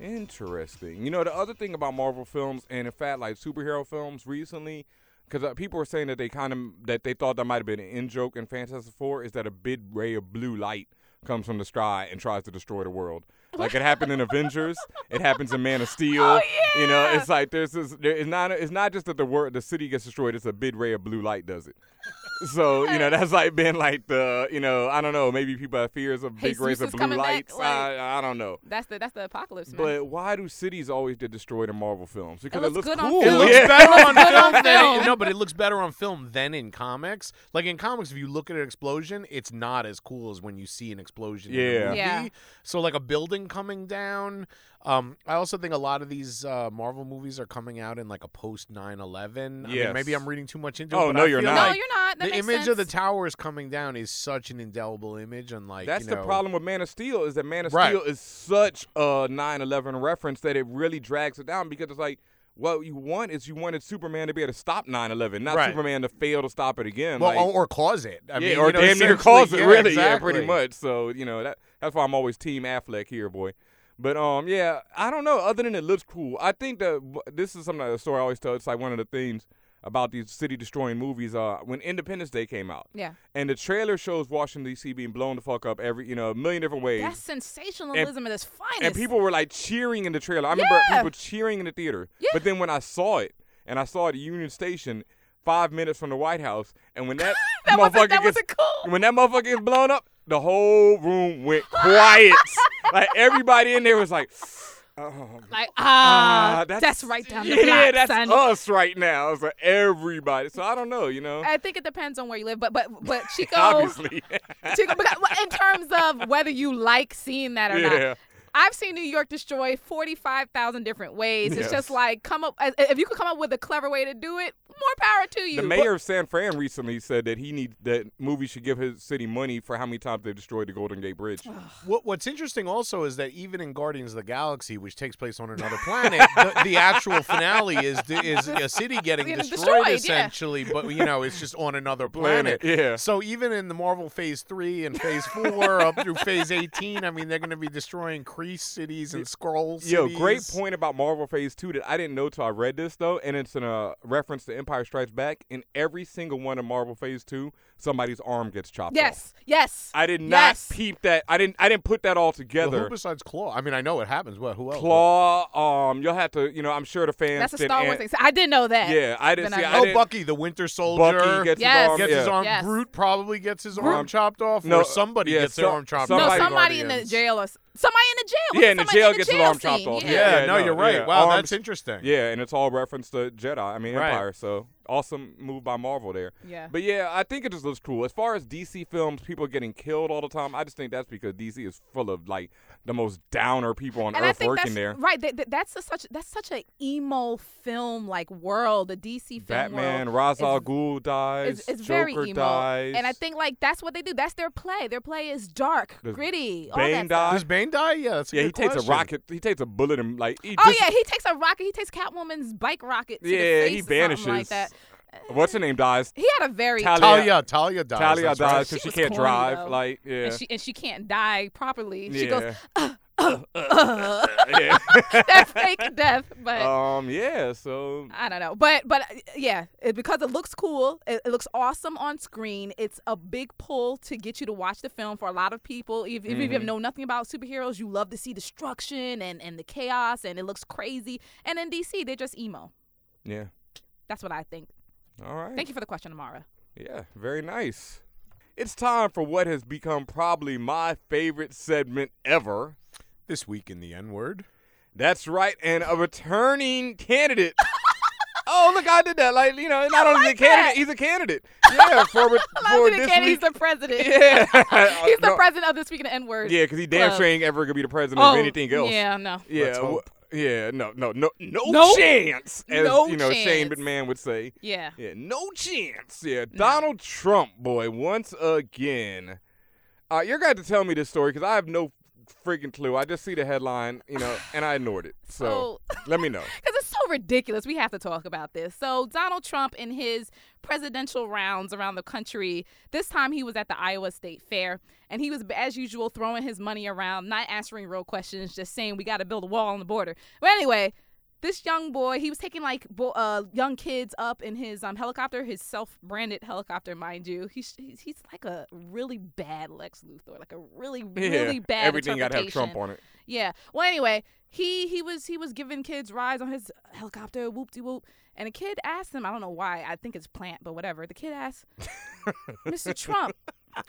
S1: Interesting. You know, the other thing about Marvel films, and in fact, like superhero films recently, because uh, people were saying that they kind of that they thought that might have been an in joke in Fantastic Four, is that a big ray of blue light comes from the sky and tries to destroy the world. Like it happened in Avengers, it happens in Man of Steel.
S2: Oh,
S1: You know, it's like there's this. There, it's not. It's not just that the word the city gets destroyed. It's a big ray of blue light does it. So you know that's like been like the you know I don't know maybe people have fears of big
S2: Jesus
S1: rays of
S2: is
S1: blue
S2: coming back,
S1: lights.
S2: like-
S1: I, I don't know.
S2: That's the that's the apocalypse. man.
S1: But why do cities always get destroyed in Marvel films? Because it
S2: looks
S1: looks,
S2: good on
S1: cool.
S3: It looks
S1: Yeah.
S3: better on film than no, but it looks better on film than in comics. Like in comics, if you look at an explosion, it's not as cool as when you see an explosion. in
S1: Yeah.
S3: a movie.
S2: Yeah.
S3: So like a building coming down. Um, I also think a lot of these uh, Marvel movies are coming out in like a post 9-11. I mean, maybe
S1: Yes.
S3: I'm reading too much into it.
S1: Oh,
S3: but
S1: no,
S3: I
S1: you're
S3: feel
S1: not.
S2: no,
S3: like
S2: you're not. That
S3: the
S2: makes
S3: image of the
S2: sense.
S3: towers coming down is such an indelible image, and like
S1: That's
S3: you
S1: the
S3: know-
S1: problem with Man of Steel is that Man of
S3: Right.
S1: Steel is such a 9/11 reference that it really drags it down because it's like what you want is you wanted Superman to be able to stop 9/11, not
S3: Right.
S1: Superman to fail to stop it again.
S3: Well,
S1: like-
S3: or, or cause it. I
S1: yeah,
S3: mean,
S1: or
S3: you know,
S1: damn near
S3: essentially-
S1: cause it,
S3: yeah,
S1: really. Yeah,
S3: exactly.
S1: pretty much. So you know that that's why I'm always Team Affleck here, boy. But um, yeah, I don't know. Other than it looks cool, I think that w- this is something that the story I always tell. It's like one of the things about these city destroying movies. Uh, when Independence Day came out,
S2: Yeah.
S1: and the trailer shows Washington D.C. being blown the fuck up every you know a million different ways.
S2: That's sensationalism at its finest.
S1: And people were like cheering in the trailer. I remember
S2: Yeah.
S1: people cheering in the theater.
S2: Yeah.
S1: But then when I saw it, and I saw it at Union Station, five minutes from the White House, and when that,
S2: That wasn't-
S1: motherfucker
S2: that
S1: gets
S2: wasn't cool.
S1: when that motherfucker gets blown up, the whole room went quiet. like everybody in there was like, oh,
S2: like ah,
S1: ah,
S2: that's, right down
S1: yeah,
S2: the block,
S1: that's
S2: son.
S1: us right now. It's like everybody. So I don't know, you know,
S2: I think it depends on where you live, but but but Chico,
S1: obviously.
S2: Chico because, well, in terms of whether you like seeing that or
S1: Yeah.
S2: not. I've seen New York destroyed 45,000 different ways. It's
S1: Yes.
S2: just like come up if you could come up with a clever way to do it, more power to you.
S1: The mayor of San Fran recently said that he needs that movies should give his city money for how many times they destroyed the Golden Gate Bridge.
S3: What, what's interesting also is that even in Guardians of the Galaxy, which takes place on another planet, the, the actual finale is is a city getting
S2: Getting
S3: destroyed,
S2: destroyed, yeah.
S3: essentially, but you know it's just on another
S1: Planet,
S3: planet.
S1: yeah.
S3: So even in the Marvel Phase Three and Phase Four up through Phase Eighteen, I mean they're going to be destroying Kree cities and Skrull cities.
S1: Yo, great point about Marvel Phase Two that I didn't know till I read this though, and it's in a reference to Empire Strikes Back. In every single one of Marvel Phase Two, somebody's arm gets chopped off.
S2: Yes. Yes.
S1: I did not
S2: Yes.
S1: peep that. I didn't. I didn't put that all
S3: Well,
S1: together.
S3: who besides Claw? I mean, I know it happens. What? Who else?
S1: Claw. Um, you'll have to. You know, I'm sure the fans.
S2: That's a
S1: didn't
S2: Star Wars
S1: an-
S2: thing. So I didn't know that.
S1: Yeah, I didn't
S2: Then
S1: see.
S2: I
S1: I
S2: know.
S3: Oh,
S1: didn't-
S3: Bucky, the Winter Soldier.
S1: Bucky gets
S2: Yes.
S1: his arm.
S3: gets
S1: yeah.
S3: his arm.
S2: Yes.
S3: Groot probably gets his
S1: Groot-
S3: arm chopped off,
S1: No,
S3: or somebody
S1: yeah,
S3: gets
S1: so-
S3: their arm chopped
S2: No,
S3: off.
S1: Somebody
S2: somebody in the
S1: Guardians.
S2: jail or s- somebody in the jail.
S1: Yeah, in the
S2: Somebody
S1: jail gets his arm
S2: scene.
S1: chopped off.
S2: Yeah.
S3: Yeah,
S1: Yeah,
S3: no,
S1: no,
S3: you're right.
S1: yeah.
S3: Wow,
S1: Arms-
S3: that's interesting.
S1: Yeah, and it's all reference to Jedi. I mean
S3: Right.
S1: Empire. So awesome move by Marvel there.
S2: Yeah.
S1: But yeah, I think it just looks cool. As far as DC films, people getting killed all the time. I just think that's because DC is full of like the most downer people on
S2: and I
S1: earth
S2: think
S1: working
S2: that's,
S1: there.
S2: Right, that, that- that's a such that's such an emo film like world, the DC film
S1: Batman,
S2: world.
S1: Ra's
S2: is-
S1: al Ghul dies.
S2: is, is
S1: Joker
S2: very emo,
S1: dies.
S2: and I think like that's what they do. That's their play. Their play is dark,
S1: Does
S2: gritty, all
S1: Bane
S2: that stuff.
S1: dies.
S3: Does Bane die? Yeah, that's a
S1: Yeah, he
S3: good
S1: takes a
S3: question.
S1: rocket. He takes a bullet and like. He
S2: Oh
S1: dis-
S2: yeah, he takes a rocket. He takes Catwoman's bike rocket. To
S1: Yeah,
S2: the
S1: he
S2: face or something
S1: vanishes.
S2: like that.
S1: What's her name dies.
S2: He had a very
S1: Talia
S3: Talia, Talia dies.
S1: Talia
S3: that's
S1: dies
S3: right.
S1: because
S2: Oh, She
S1: she
S2: was
S1: can't
S2: corny,
S1: drive.
S2: though.
S1: Like yeah.
S2: and she and she can't die properly. She
S1: Yeah.
S2: goes that fake death, but.
S1: um. Yeah. So.
S2: I don't know, but but uh, yeah, it, because it looks cool, it, it looks awesome on screen. It's a big pull to get you to watch the film for a lot of people. If, if you
S1: Mm-hmm.
S2: know nothing about superheroes, you love to see destruction and and the chaos, and it looks crazy. And in DC, they're just emo.
S1: Yeah.
S2: That's what I think.
S1: All right.
S2: Thank you for the question, Amara.
S1: Yeah, very nice. It's time for what has become probably my favorite segment ever.
S3: This week in the N word.
S1: That's right, and a returning candidate oh, look, I did that. Like, you know, and not only is he a candidate, he's a candidate. Yeah, for, re- for
S2: President
S1: this
S2: Kennedy,
S1: week.
S2: he's the president.
S1: Yeah. Uh,
S2: he's the
S1: no.
S2: president of the speaking of N word.
S1: Yeah, because he damn sure ain't ever gonna be the president
S2: Oh,
S1: of anything else.
S2: yeah, no.
S1: Yeah,
S2: Let's
S1: w-
S2: hope.
S1: yeah, no, no, no, no
S2: Nope.
S1: chance. As
S2: No
S1: you know, Shane
S2: chance.
S1: McMahon would say.
S2: Yeah.
S1: yeah, no chance. Yeah, Donald Trump, boy, once again. Uh, you're going to tell me this story because I have no freaking clue. I just see the headline, you know, and I ignored it. So,
S2: Oh.
S1: let me know.
S2: Because it's so ridiculous. We have to talk about this. So, Donald Trump, in his presidential rounds around the country, this time he was at the Iowa State Fair, and he was, as usual, throwing his money around, not answering real questions, just saying, we got to build a wall on the border. But anyway, this young boy, he was taking like bo- uh, young kids up in his um, helicopter, his self-branded helicopter, mind you. He's he's he's like a really bad Lex Luthor, like a really really
S1: yeah,
S2: bad.
S1: everything got to have Trump
S2: interpretation.
S1: on it.
S2: Yeah. Well, anyway, he he was he was giving kids rides on his helicopter, whoop de whoop, and a kid asked him, I don't know why, I think it's plant, but whatever. The kid asked, Mr. Trump,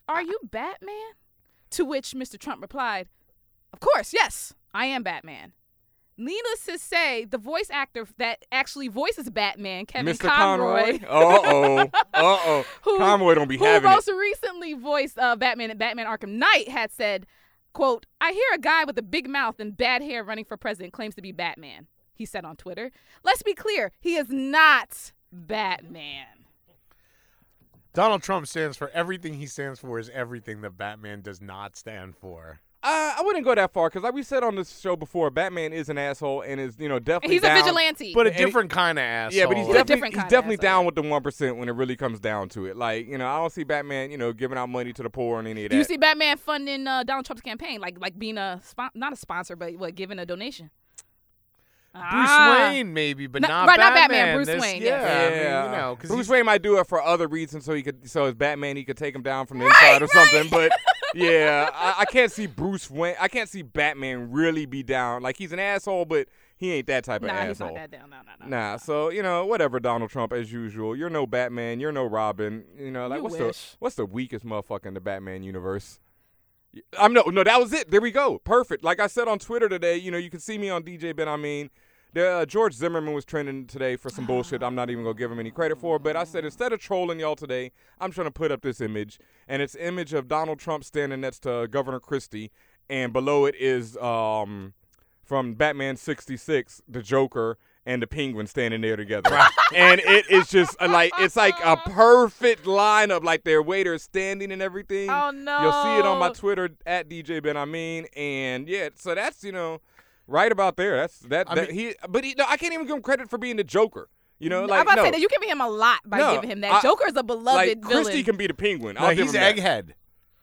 S2: are you Batman? To which Mr. Trump replied, Of course, yes, I am Batman. Needless to say, the voice actor that actually voices Batman, Kevin
S1: Mr. Conroy. Uh oh. Uh oh.
S2: who-
S1: Conroy don't be
S2: who
S1: having it.
S2: most recently voiced uh, Batman in Batman Arkham Knight had said, "quote I hear a guy with a big mouth and bad hair running for president claims to be Batman." He said on Twitter. Let's be clear, he is not Batman.
S3: Donald Trump stands for everything he stands for is everything that Batman does not stand for.
S1: Uh, I wouldn't go that far because, like we said on this show before, Batman is an asshole and is you know definitely
S2: He's a
S1: down-
S2: vigilante.
S3: But a
S1: And he-
S3: different kind of asshole.
S1: Yeah, but he's
S2: He's a
S1: definitely
S2: different
S1: he's
S2: kinda
S1: definitely down with the one percent when it really comes down to it. Like you know, I don't see Batman you know giving out money to the poor and any of that.
S2: Do you see Batman funding uh, Donald Trump's campaign, like like being a spon- not a sponsor, but what giving a donation?
S3: Bruce
S2: Ah.
S3: Wayne, maybe, but
S2: Not-
S3: not,
S2: right, not
S3: Batman.
S2: Batman, Bruce
S3: This-
S2: Wayne,
S3: Yeah,
S2: yes.
S3: I mean, you know, 'cause
S1: Bruce
S3: he's-
S1: Wayne might do it for other reasons, so he could so as Batman he could take him down from the inside or something. But yeah, I, I can't see Bruce Wayne. I can't see Batman really be down. Like he's an asshole, but he ain't that type of
S2: Nah,
S1: asshole.
S2: he's not that down. No, no, no.
S1: Nah, so you know, whatever, Donald Trump, as usual. You're no Batman. You're no Robin. You know, like
S2: You
S1: what's
S2: wish.
S1: the what's the weakest motherfucker in the Batman universe? Y- I'm no, no. That was it. There we go. Perfect. Like I said on Twitter today, you know, you can see me on DJ Ben. I mean, the, uh, George Zimmerman was trending today for some bullshit. I'm not even gonna give him any credit for. But I said instead of trolling y'all today, I'm trying to put up this image, and it's image of Donald Trump standing next to Governor Christie, and below it is um from Batman 66, the Joker and the Penguin standing there together. and it is just uh, like it's like a perfect lineup like their waiters standing and everything.
S2: Oh,
S1: You'll see it on my
S2: no.
S1: Twitter at DJ Ben Amin and yeah, so that's, you know, right about there. That's that,
S3: I
S1: that
S3: mean-
S1: he but he, no, I can't even give him credit for being the Joker. You know,
S2: I'm
S1: like
S2: about
S1: no.
S2: to say that you giving him a lot by
S1: No,
S2: giving him that.
S1: I-
S2: Joker is a beloved
S1: like
S2: villain.
S1: Christie can be the Penguin.
S3: No,
S1: I'll give
S3: he's
S1: him that.
S3: Egghead.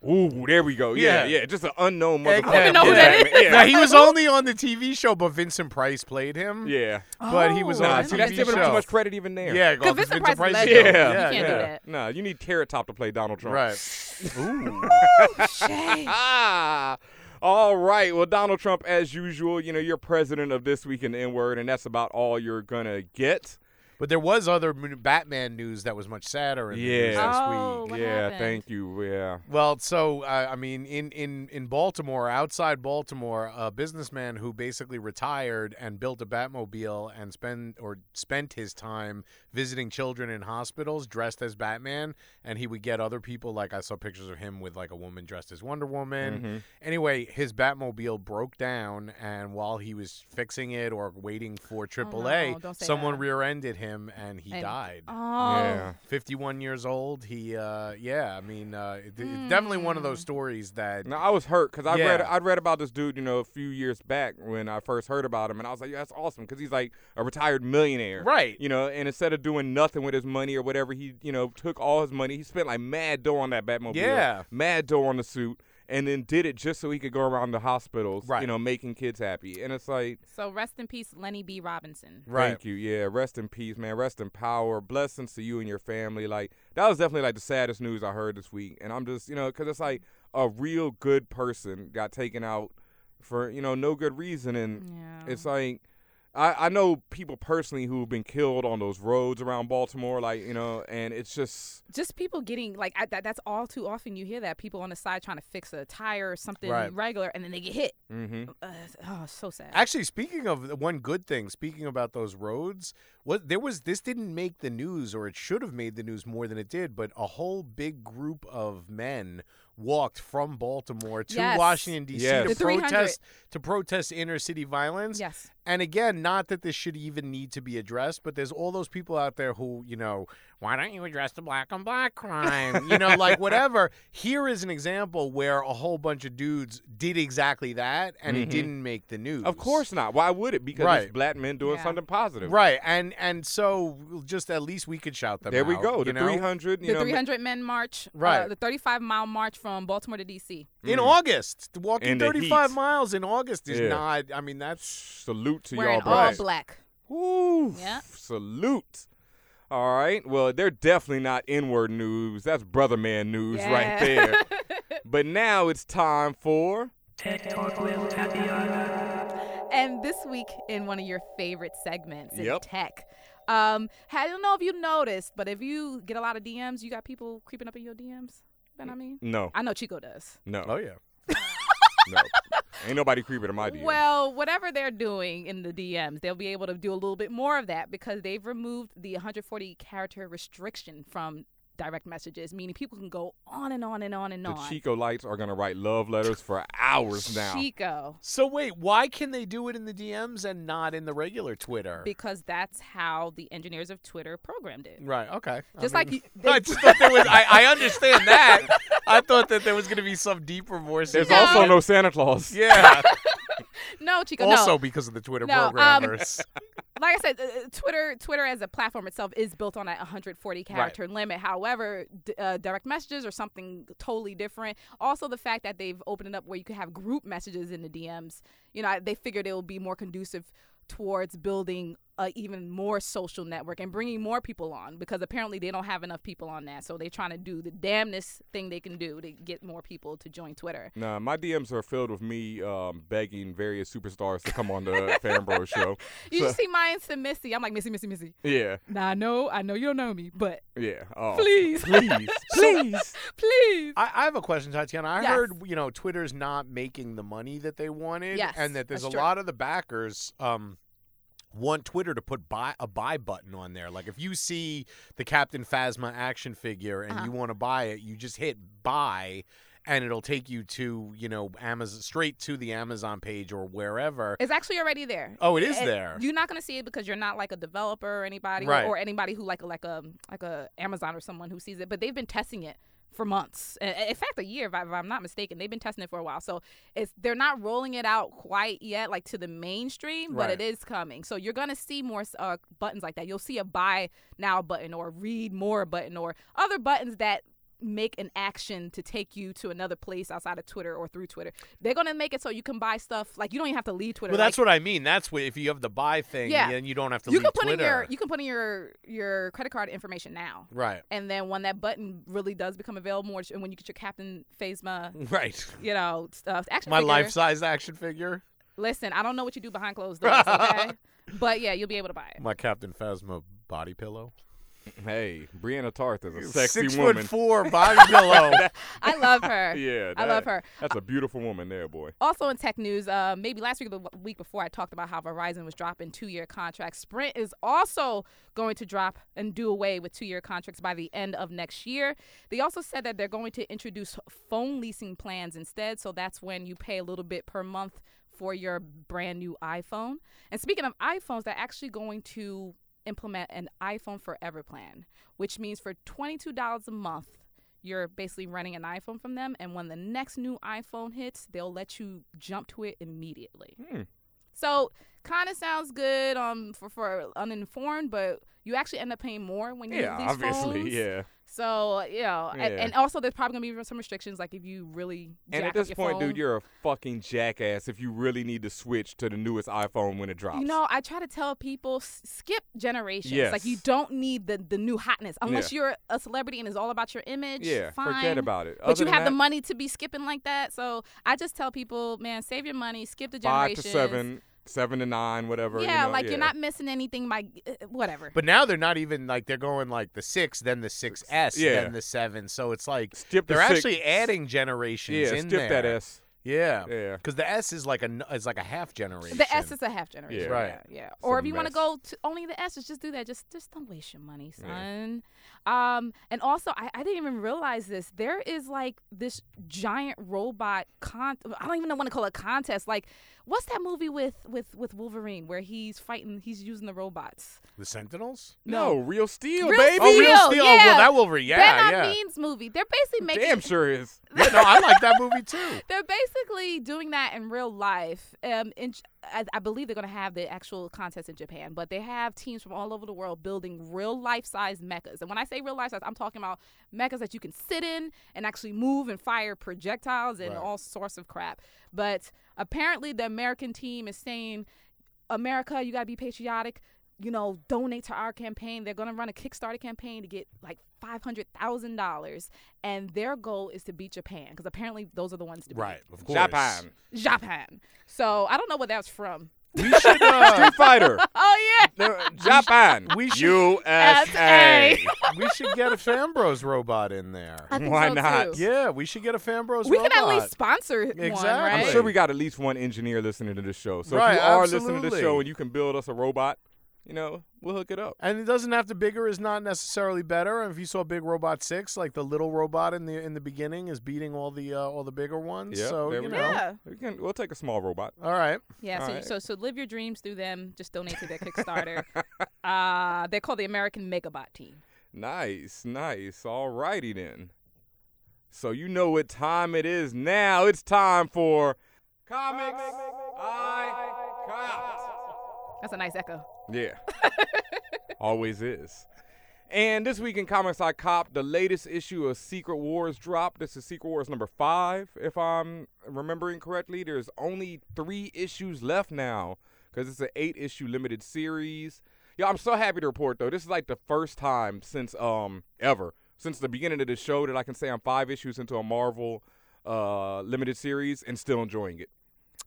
S1: Ooh, there we go. Yeah,
S3: Yeah.
S1: yeah, just an unknown motherfucker.
S3: Egghead.
S2: know who
S1: Yeah,
S2: that
S1: Batman.
S2: is.
S1: Yeah.
S3: Now, he was only on the TV show, but Vincent Price played him.
S1: yeah.
S3: But he was
S2: Oh,
S3: on
S1: Nah,
S2: I
S3: the
S1: see,
S2: didn't
S3: TV
S1: that's
S2: know
S1: giving
S3: show.
S1: him too much credit even there.
S3: Yeah,
S2: Because
S3: because
S2: Vincent Price is a
S1: Yeah,
S2: legend.
S1: yeah,
S2: you can't
S1: yeah.
S2: do that.
S1: Nah, you need Carrot Top to play Donald Trump.
S3: Right. Ooh.
S1: Ah. All right. Well, Donald Trump, as usual, you know, you're president of this week in the N word, and that's about all you're gonna get.
S3: But there was other m- Batman news that was much sadder in the news
S1: Yeah.
S3: this
S2: Oh,
S3: week.
S2: What
S1: yeah.
S2: happened?
S1: Thank you. Yeah.
S3: Well, so uh, I mean, in in in Baltimore, outside Baltimore, a businessman who basically retired and built a Batmobile and spend or spent his time visiting children in hospitals dressed as Batman, and he would get other people. Like I saw pictures of him with like a woman dressed as Wonder Woman. Anyway, his Batmobile broke down, and while he was fixing it or waiting for AAA,
S2: Oh, don't say
S3: someone
S2: that.
S3: rear-ended him, and he
S2: And-
S3: died.
S2: Oh.
S1: Yeah.
S3: 51 years old. He, uh, yeah, I mean, uh, it, it's definitely one of those stories that.
S1: Now I was hurt because I read
S3: Yeah.
S1: I read about this dude, you know, a few years back when I first heard about him, and I was like, yeah, that's awesome because he's like a retired millionaire,
S3: Right.
S1: You know, and instead of doing nothing with his money or whatever, he you know took all his money. He spent like mad dough on that Batmobile,
S3: Yeah.
S1: mad dough on the suit, and then did it just so he could go around the hospitals,
S3: Right.
S1: You know, making kids happy, and it's like.
S2: So rest in peace, Lenny B. Robinson.
S3: Right.
S1: Thank you. Yeah. Rest in peace, man. Rest in power. Blessings to you and your family. Like that was definitely like the saddest news I heard this week, and I'm just you know because it's like a real good person got taken out for you know no good reason, and
S2: Yeah.
S1: it's like I, I know people personally who've been killed on those roads around Baltimore, like you know, and it's just
S2: just people getting like I, that, that's all too often you hear that people on the side trying to fix a tire or something
S3: Right.
S2: regular and then they get hit
S1: Mm-hmm.
S2: uh, oh so sad
S3: Actually, speaking of the one good thing, speaking about those roads, what there was this didn't make the news, or it should have made the news more than it did. But a whole big group of men walked from Baltimore to
S2: Yes.
S3: Washington D.C.
S1: Yes.
S3: to
S1: The
S2: 300.
S3: protest to protest inner city violence.
S2: yes
S3: And again, not that this should even need to be addressed, but there's all those people out there who, you know, why don't you address the black on black crime? you know, like whatever. Here is an example where a whole bunch of dudes did exactly that and
S1: Mhm.
S3: it didn't make the news.
S1: of course not. Why would it? Because it's
S3: Right.
S1: black men doing
S2: Yeah.
S1: something positive.
S3: Right. And and so just at least we could shout them
S1: There we
S3: out,
S1: go.
S3: you
S1: The
S3: know?
S1: three hundred. You
S2: the
S1: know,
S2: 300 men march uh,
S3: Right.
S2: the 35 mile march from baltimore to dc
S3: In
S1: Mm.
S3: August, walking
S1: In the
S3: 35
S1: heat.
S3: miles in August is
S1: Yeah.
S3: not, I mean, that's.
S1: salute to
S2: wearing
S1: y'all,
S2: all
S1: black.
S2: black
S1: Woo!
S2: Yeah.
S1: Salute. All right. Well, they're definitely not N-word news. That's brother man news right
S2: Yeah.
S1: there. but now it's time for
S2: And this week, in one of your favorite segments in
S1: Yep.
S2: tech, um, I don't know if you noticed, but if you get a lot of DMs, you got people creeping up in your DMs. You know what I mean?
S1: no,
S2: I know Chico does.
S1: no,
S3: Oh, yeah.
S1: no. Ain't nobody creeping in my DM.
S2: Well, whatever they're doing in the DMs, they'll be able to do a little bit more of that because they've removed the 140 character restriction from direct messages, meaning people can go on and on and on and
S1: the
S2: on.
S1: Chico lights are gonna write love letters for hours now.
S2: Chico.
S3: So wait, why can they do it in the DMs and not in the regular Twitter?
S2: Because that's how the engineers of Twitter programmed it.
S3: Right. Okay.
S2: Just like you-
S3: I just thought there was. I, I understand that. I thought that there was going to be some deeper, more.
S1: There's
S3: serious-
S1: also no Santa Claus.
S3: Yeah.
S2: No, Chico,
S3: also
S2: no.
S3: because of the Twitter
S2: No, um,
S3: programmers.
S2: like I said, uh, uh, Twitter Twitter as a platform itself is built on that 140 character limit. However, d- uh, direct messages are something totally different. Also, the fact that they've opened it up where you can have group messages in the DMs. You know, I, they figured it would be more conducive towards building a even more social network and bringing more people on because apparently they don't have enough people on that. So they're trying to do the damnedest thing they can do to get more people to join Twitter.
S1: Nah, my DMs are filled with me um, begging various superstars to come on the Fanbro show.
S2: You
S1: So-
S2: just see mine to Missy. I'm like Missy, Missy, Missy.
S1: Yeah,
S2: Now I know, I know you don't know me, but
S1: yeah. Oh,
S2: Please.
S1: please, please.
S2: please.
S3: I, I have a question, Tatiana. I
S2: Yes.
S3: heard you know Twitter's not making the money that they wanted,
S2: Yes,
S3: and that there's
S2: that's
S3: a
S2: true.
S3: lot of the backers. Um, Want Twitter to put buy a buy button on there. Like if you see the Captain Phasma action figure and
S2: Uh-huh.
S3: you want to buy it, you just hit buy, and it'll take you to you know Amazon straight to the Amazon page or wherever.
S2: It's actually already there.
S3: Oh, it is
S2: And
S3: there.
S2: You're not gonna see it because you're not like a developer or anybody,
S3: Right.
S2: or anybody who like like a like a Amazon or someone who sees it. But they've been testing it for months. I- I- In fact, a year, if, I, if I'm not mistaken, they've been testing it for a while. So it's they're not rolling it out quite yet, like to the mainstream, but it
S3: Right.
S2: is coming. So you're gonna see more uh, buttons like that. You'll see a buy now button or read more button or other buttons that make an action to take you to another place outside of Twitter or through Twitter. They're gonna make it so you can buy stuff like you don't even have to leave Twitter.
S3: Well, that's
S2: like,
S3: what I mean. That's what if you have the buy thing,
S2: Yeah.
S3: then you don't have to
S2: you
S3: leave
S2: can put
S3: Twitter.
S2: in your you can put in your your credit card information now.
S3: right,
S2: And then when that button really does become available, which- and when you get your Captain Phasma,
S3: right.
S2: you know, stuff, action
S3: My
S2: figure,
S3: life-size action figure,
S2: Listen, I don't know what you do behind closed doors, okay? but yeah, you'll be able to buy it.
S3: my Captain Phasma body pillow,
S1: Hey, Brianna Tarth is a sexy
S3: six
S1: woman.
S3: foot four body pillow.
S2: I love her.
S1: Yeah,
S2: I love
S1: that-
S2: her.
S1: That's a beautiful woman there, boy.
S2: Also in tech news, uh, maybe last week or the week before, I talked about how Verizon was dropping two-year contracts. Sprint is also going to drop and do away with two-year contracts by the end of next year. They also said that they're going to introduce phone leasing plans instead. So that's when you pay a little bit per month for your brand new iPhone. And speaking of iPhones, they're actually going to implement an iPhone Forever plan, which means for twenty-two dollars a month you're basically renting an iPhone from them, and when the next new iPhone hits, they'll let you jump to it immediately.
S1: Hmm.
S2: So, kind of sounds good um for, for uninformed, but you actually end up paying more when you
S1: Yeah,
S2: use these
S1: obviously,
S2: phones.
S1: yeah.
S2: So you know, a- And,
S1: Yeah.
S2: also there's probably gonna be some restrictions, like if you really
S1: And
S2: jack
S1: at
S2: up
S1: this
S2: your
S1: point,
S2: phone.
S1: dude, you're a fucking jackass if you really need to switch to the newest iPhone when it drops.
S2: You know, I try to tell people s- skip generations. Like you
S1: Yes.
S2: don't need the the new hotness unless you're a celebrity and it's all about your image.
S1: yeah,
S2: fine.
S1: forget about it.
S2: But
S1: Other
S2: you
S1: than
S2: have the
S1: that,
S2: money to be skipping like that. So I just tell people, man, save your money, skip the
S1: five
S2: generation.
S1: to seven seven to nine, whatever. you
S2: yeah,
S1: know,
S2: like
S1: yeah.
S2: you're not missing anything. Like uh, whatever.
S3: But now they're not even like they're going like the six, then the six S,
S1: Yeah.
S3: then the seven. So it's like
S1: Skip the
S3: they're
S1: six.
S3: actually adding generations.
S1: Yeah,
S3: in
S1: skip that
S3: there.
S1: S.
S3: Yeah,
S1: Yeah.
S3: because the S is like a n- is like a half generation.
S2: The S is a half generation.
S3: Right.
S2: Yeah. yeah. Or if
S3: Some
S2: you want to
S3: mess.
S2: go to only the S's, just do that. Just just don't waste your money,
S1: Yeah.
S2: son. Um, and also I, I didn't even realize this. There is like this giant robot con I don't even want to call it contest. Like, what's that movie with with with Wolverine where he's fighting he's using the robots?
S3: the Sentinels.
S1: No, Real Steel,
S2: Real
S1: baby.
S2: Steel,
S3: Oh, Real Steel.
S2: Yeah.
S3: Well, that Wolverine. Yeah,
S2: Ben
S3: yeah.
S2: Amin's movie. They're basically making
S1: Damn sure is.
S3: Yeah, no, I like that movie too.
S2: They're basically doing that in real life. Um, in, J- I, I believe they're going to have the actual contest in Japan, but they have teams from all over the world building real life size mechas. And when I say real life size, I'm talking about mechas that you can sit in and actually move and fire projectiles and
S9: Right.
S2: all sorts of crap. But apparently, the American team is saying, America, you got to be patriotic. You know, donate to our campaign. They're going to run a Kickstarter campaign to get like $500,000. And their goal is to beat Japan because apparently those are the ones to beat.
S3: Right, of course.
S1: Japan.
S2: Japan. So I don't know where that's from.
S3: uh,
S1: Street Fighter.
S2: Oh, yeah.
S1: Japan.
S3: We should-
S1: USA.
S3: we should get a Fambros robot in there.
S2: I think Why so, not? too.
S3: Yeah, we should get a Fambros robot.
S2: We could at least sponsor
S3: Exactly.
S2: one, right?
S1: I'm sure we got at least one engineer listening to this show. So if
S3: Right,
S1: you are listening to
S3: absolutely.
S1: the show and you can build us a robot, you know, we'll hook it up.
S3: And it doesn't have to bigger is not necessarily better. And if you saw Big Robot Six, like the little robot in the in the beginning is beating all the uh, all the bigger ones.
S1: Yeah,
S3: so
S1: there
S3: you
S1: we
S3: know.
S1: go.
S2: Yeah.
S1: We can, we'll take a small robot.
S3: All right.
S2: Yeah,
S1: All
S2: so, you
S1: right.
S2: so so live your dreams through them. Just donate to their Kickstarter. uh, they're called the American Megabot Team.
S1: Nice, nice. Alrighty then. So you know what time it is now. It's time for Comics I
S2: That's a nice echo.
S1: Yeah. Always is. And this week in Comics I Cop, the latest issue of Secret Wars dropped. This is Secret Wars number five, if I'm remembering correctly. There's only three issues left now because it's an eight issue limited series. Yeah, I'm so happy to report though. This is like the first time since um ever since the beginning of the show that I can say I'm five issues into a Marvel uh limited series and still enjoying it.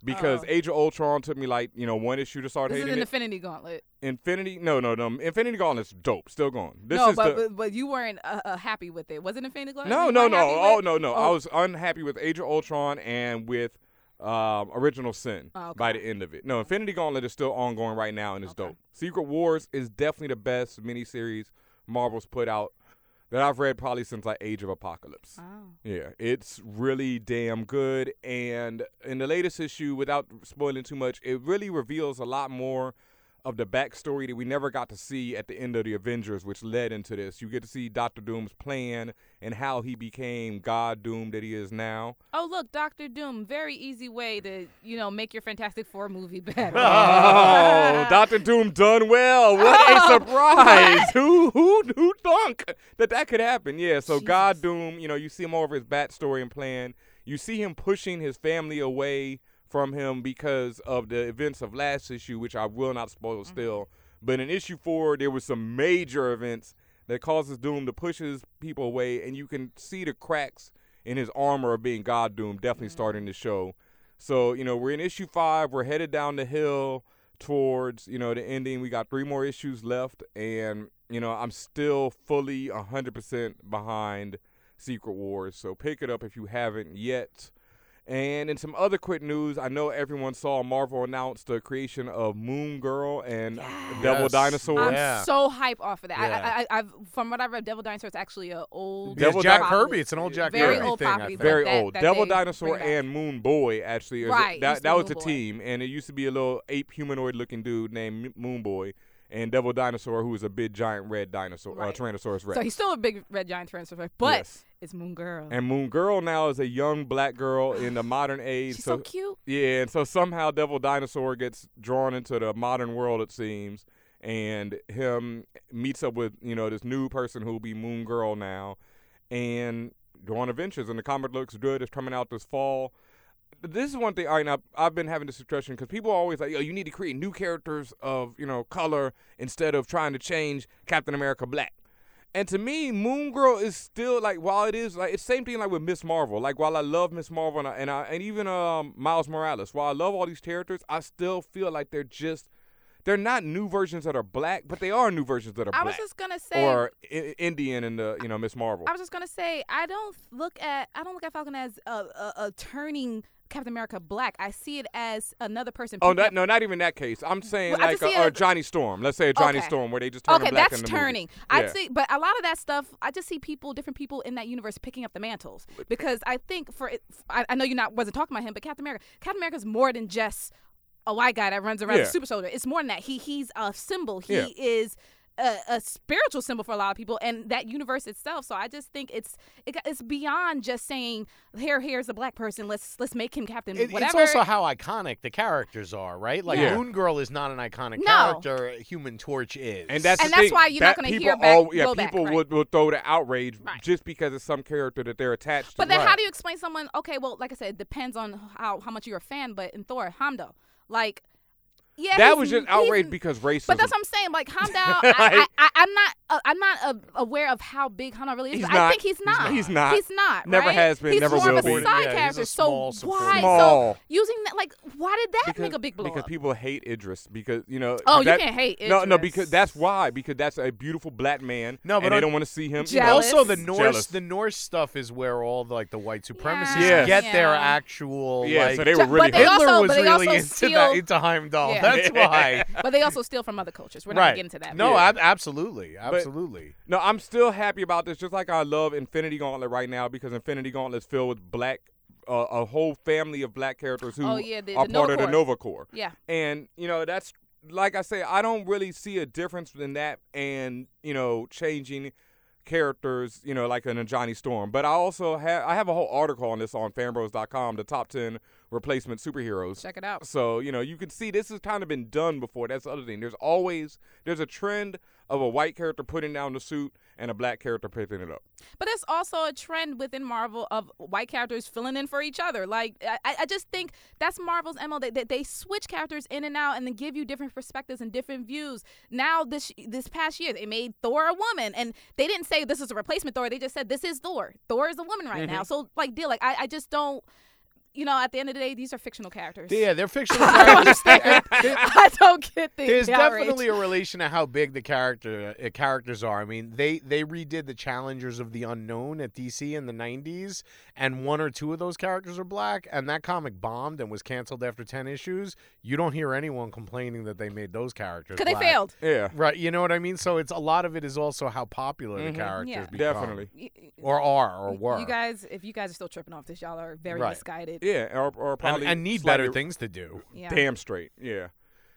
S1: Because
S2: Oh.
S1: Age of Ultron took me like you know one issue to start
S2: This is
S1: hating
S2: an
S1: it.
S2: Infinity Gauntlet.
S1: Infinity, no, no, no. Infinity Gauntlet's dope. Still going. This
S2: no,
S1: is
S2: but,
S1: the,
S2: but but you weren't uh, uh, happy with it. Was it Infinity Gauntlet?
S1: no,
S2: you
S1: no,
S2: weren't
S1: no.
S2: happy
S1: Oh
S2: with?
S1: no, no. I
S2: Oh,
S1: was unhappy with Age of Ultron and with um, Original Sin
S2: Oh, okay.
S1: by the end of it. No, Infinity Gauntlet is still ongoing right now and it's dope. Secret Wars is definitely the best miniseries Marvel's put out that I've read probably since like Age of Apocalypse.
S2: Wow.
S1: Yeah, it's really damn good. And in the latest issue, without spoiling too much, it really reveals a lot more of the backstory that we never got to see at the end of the Avengers, which led into this. You get to see Doctor Doom's plan and how he became God Doom that he is now.
S2: Oh look, Doctor Doom. Very easy way to you know make your Fantastic Four movie better.
S1: Oh, Doctor Doom done well. What a surprise. Who who who thunk that that could happen? Yeah, so God Doom, you know, you see him over his backstory and plan. You see him pushing his family away from him because of the events of last issue, which I will not spoil still. But in issue 4, there was some major events that causes Doom to push his people away and you can see the cracks in his armor of being God Doom definitely starting the show. So, you know, we're in issue five. We're headed down the hill towards, you know, the ending. We got three more issues left. And, you know, I'm still fully 100% behind Secret Wars. So pick it up if you haven't yet. And in some other quick news, I know everyone saw Marvel announce the creation of Moon Girl and Devil
S3: Yes.
S1: Dinosaur.
S2: I'm
S3: Yeah.
S2: so hype off of that.
S3: Yeah.
S2: I, I, I, I've, from what I read, Devil Dinosaur is actually an old.
S3: Yeah,
S1: Devil
S3: Jack
S1: Di-
S3: Kirby. It's an old Jack
S2: Very
S3: Kirby
S2: old
S3: thing. I
S2: property,
S3: think.
S2: but
S1: Very
S2: that-
S1: old.
S2: that
S1: Devil
S2: they bring
S1: Dinosaur
S2: back.
S1: and Moon Boy actually. is-
S2: Right, used
S1: That,
S2: to
S1: that
S2: be
S1: was the
S2: Moon Boy.
S1: team, and it used to be a little ape humanoid looking dude named M- Moon Boy, and Devil Dinosaur, who was a big giant red dinosaur,
S2: Right.
S1: uh, Tyrannosaurus Rex.
S2: So he's still a big red giant transformer, but
S1: Yes.
S2: it's Moon Girl.
S1: and Moon Girl now is a young black girl in the modern age.
S2: She's so cute.
S1: Yeah, and so somehow Devil Dinosaur gets drawn into the modern world, it seems, and him meets up with, you know, this new person who will be Moon Girl now, and go on adventures. And the comic looks good. It's coming out this fall. This is one thing I, I've, I've been having this discussion because people are always like, yo, you need to create new characters of, you know, color instead of trying to change Captain America black. And to me, Moon Girl is still like while it is like it's same thing like with Miss Marvel. Like while I love Miss Marvel and I, and, I, and even um, Miles Morales, while I love all these characters, I still feel like they're just they're not new versions that are black, but they are new versions that are
S2: I was
S1: black.
S2: just gonna say-
S1: or I- Indian in the you know Miss Marvel.
S2: I was just gonna say I don't look at I don't look at Falcon as a, a, a turning Captain America black. I see it as another person.
S1: Oh,
S2: picking
S1: not,
S2: up-
S1: no, not even that case. I'm saying
S2: Well, I
S1: like
S2: just
S1: a,
S2: see it
S1: or
S2: as-
S1: Johnny Storm. Let's say a Johnny
S2: Okay.
S1: Storm, where they just turn
S2: okay,
S1: him black
S2: that's
S1: in the movie.
S2: turning.
S1: Yeah.
S2: I see, but a lot of that stuff, I just see people, different people in that universe picking up the mantles because I think for it, I, I know you not wasn't talking about him, but Captain America, Captain America's more than just a white guy that runs around
S12: Yeah.
S2: with a super soldier. It's more than that. He he's a symbol. He
S12: Yeah.
S2: is. A, a spiritual symbol for a lot of people, and that universe itself. So I just think it's it, got- it's beyond just saying here here's a black person. Let's let's make him captain.
S3: It- it's
S2: whatever.
S3: also how iconic the characters are, right? Like
S1: Yeah.
S3: Moon Girl is not an iconic
S2: No.
S3: character. Human Torch is,
S1: And that's
S2: And
S1: the
S2: that's
S1: thing,
S2: why you're not
S1: that
S2: gonna
S1: people
S2: hear back-
S1: al- yeah,
S2: go back,
S1: people
S2: right.
S1: would, would throw the outrage just because it's some character that they're attached to.
S2: But then, how do you explain someone? Okay, well, like I said, it depends on how how much you're a fan. But in Thor, Hamdo, like, yeah,
S1: that
S2: he's-
S1: was just
S2: he's-
S1: outrage because racism.
S2: But that's what I'm saying. Like Hamdo, I, I, I, I'm not uh, I'm not uh, aware of how big Hamdo really is.
S1: He's
S2: but I
S1: not.
S2: think he's
S1: He's
S2: not.
S1: not. He's not.
S2: He's not.
S1: Never
S2: right?
S1: has been,
S2: He's
S1: never
S2: more
S1: will
S2: of a
S1: be.
S2: side
S1: Yeah, he's a
S2: character.
S1: small
S2: so
S1: supporting
S2: why? So
S1: Small.
S2: using that, like, why did that
S1: because,
S2: make a big blow
S1: because
S2: up?
S1: people hate Idris because you know.
S2: Oh, you
S1: that-
S2: can't hate
S1: No, no,
S2: Idris.
S1: because that's why because that's a beautiful black man.
S3: No, but
S1: and they
S3: on-
S1: don't want to see him. you know.
S3: Also, the Norse
S1: Jealous.
S3: the Norse stuff is where all the, like the white supremacists
S1: Yeah.
S3: get their
S1: Yeah.
S3: actual.
S1: Yeah,
S3: like,
S1: so they were Ju- really but they
S3: Hitler
S2: also-
S3: was
S2: but they
S3: really
S2: also
S3: into
S2: steal-
S3: that into Heimdall.
S2: Yeah.
S3: That's why.
S2: but they also steal from other cultures. We're not
S3: right.
S2: gonna get into that.
S3: No,
S2: but-
S3: ab- absolutely,
S1: But-
S3: absolutely.
S1: No, I'm still happy about this. Just like I love Infinity Gauntlet right now because Infinity Gauntlet's filled with black, uh, a whole family of black characters who
S2: Oh, yeah, the-
S1: are
S2: the
S1: part
S2: Nova
S1: of the
S2: Corps.
S1: Nova Corps.
S2: Yeah.
S1: and you know that's like I say, I don't really see a difference in that and you know changing characters, you know, like in a Johnny Storm. But I also have I have a whole article on this on fanbros.com, the top ten replacement superheroes.
S2: Check it out.
S1: So, you know, you can see this has kind of been done before. That's the other thing. There's always there's a trend of a white character putting down the suit and a black character picking it up.
S2: But there's also a trend within Marvel of white characters filling in for each other. Like I, I I just think that's Marvel's mo. They, they they switch characters in and out and then give you different perspectives and different views. Now this this past year they made Thor a woman and they didn't say this is a replacement Thor. They just said this is Thor. Thor is a woman right now.
S3: Mhm.
S2: So like deal like I, I just don't. You know, at the end of the day, these are fictional characters.
S3: Yeah, they're fictional
S2: I don't
S3: characters.
S2: understand. I don't get the
S3: There's
S2: the outrage.
S3: definitely a relation to how big the character uh, characters are. I mean, they they redid the Challengers of the Unknown at DC in the '90s, and one or two of those characters are black, and that comic bombed and was canceled after ten issues. You don't hear anyone complaining that they made those characters
S2: 'Cause they
S3: black.
S2: failed.
S1: Yeah,
S3: right. You know what I mean? So it's a lot of it is also how popular the characters
S2: Mm-hmm. Yeah.
S3: become,
S1: Definitely.
S3: or are or were.
S2: You guys, if you guys are still tripping off this, y'all are very
S3: Right.
S2: misguided.
S1: Yeah, or, or
S3: And-
S1: probably
S3: and need better
S1: slightly-
S3: things to do.
S2: Yeah.
S1: Damn straight. Yeah,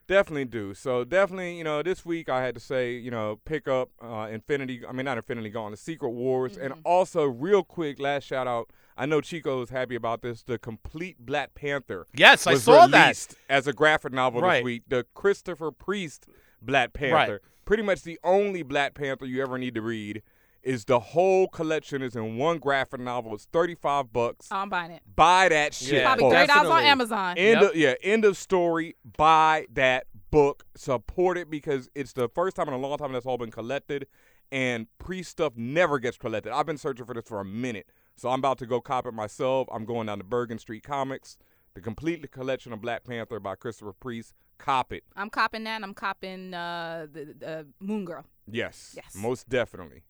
S1: definitely do. So definitely, you know, this week I had to say, you know, pick up uh, Infinity. I mean, not Infinity Gone, the Secret Wars, and
S2: Mm-hmm.
S1: also real quick, last shout out. I know Chico is happy about this. The complete Black Panther.
S3: Yes, I
S1: was
S3: saw that.
S1: released as a graphic novel
S3: Right.
S1: this week. The Christopher Priest Black Panther. Pretty much the only Black Panther you ever need to read. Is the whole collection is in one graphic novel. It's thirty five bucks.
S2: I'm buying it.
S1: Buy that shit.
S2: Yeah, Uh, Probably
S1: folks.
S2: $30 on Amazon.
S1: End
S2: Yep.
S1: of, yeah, end of story. Buy that book. Support it because it's the first time in a long time that's all been collected, and pre stuff never gets collected. I've been searching for this for a minute, so I'm about to go cop it myself. I'm going down to Bergen Street Comics, the complete collection of Black Panther by Christopher Priest. Cop it.
S2: I'm copping that. and I'm copping uh, the, the Moon Girl.
S1: Yes.
S2: Yes.
S1: Most definitely.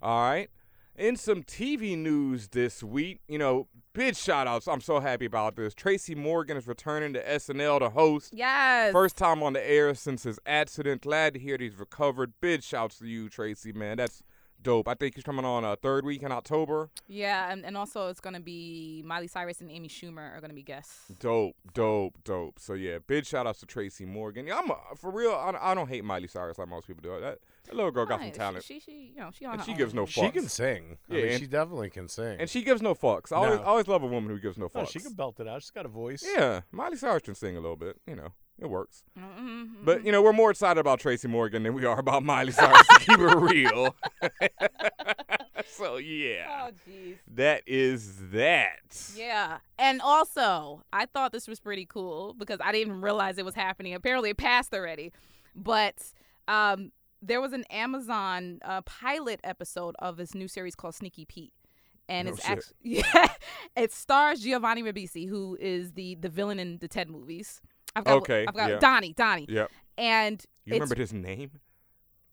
S1: All right. In some TV news this week, you know, big shout outs. I'm so happy about this. Tracy Morgan is returning to SNL to host.
S2: Yes.
S1: First time on the air since his accident. Glad to hear that he's recovered. Big shouts to you, Tracy, man. That's dope. I think he's coming on uh, third week in October.
S2: Yeah, and, and also it's gonna be Miley Cyrus and Amy Schumer are gonna be guests.
S1: Dope, dope, dope. So yeah, big shout outs to Tracy Morgan. Yeah, I'm a, for real. I, I don't hate Miley Cyrus like most people do. That, that little girl got
S2: Right,
S1: some
S2: she-
S1: talent.
S2: She, she, you know, she on
S1: And
S2: her
S1: she
S2: own. Mm-hmm.
S1: gives no fucks.
S3: She can sing. I mean,
S1: and-
S3: she definitely can sing.
S1: And she gives no fucks. I always,
S3: No.
S1: I always love a woman who gives no fucks.
S3: No, Oh, she can belt it out. She's got a voice.
S1: Yeah, Miley Cyrus can sing a little bit. You know, it works.
S2: Mm-mm.
S1: But you know, we're more excited about Tracy Morgan than we are about Miley Cyrus. to keep it real. so yeah,
S2: Oh jeez.
S1: that is that.
S2: Yeah, and also I thought this was pretty cool because I didn't realize it was happening. Apparently, it passed already, but um, there was an Amazon uh, pilot episode of this new series called Sneaky Pete. And
S12: No
S2: it's
S12: shit.
S2: actually yeah, it stars Giovanni Ribisi, who is the the villain in the Ted movies. I've got
S1: Okay,
S2: I've got
S1: yeah.
S2: Donnie, Donnie.
S1: Yep.
S2: And
S1: You
S2: it's-
S1: remembered his name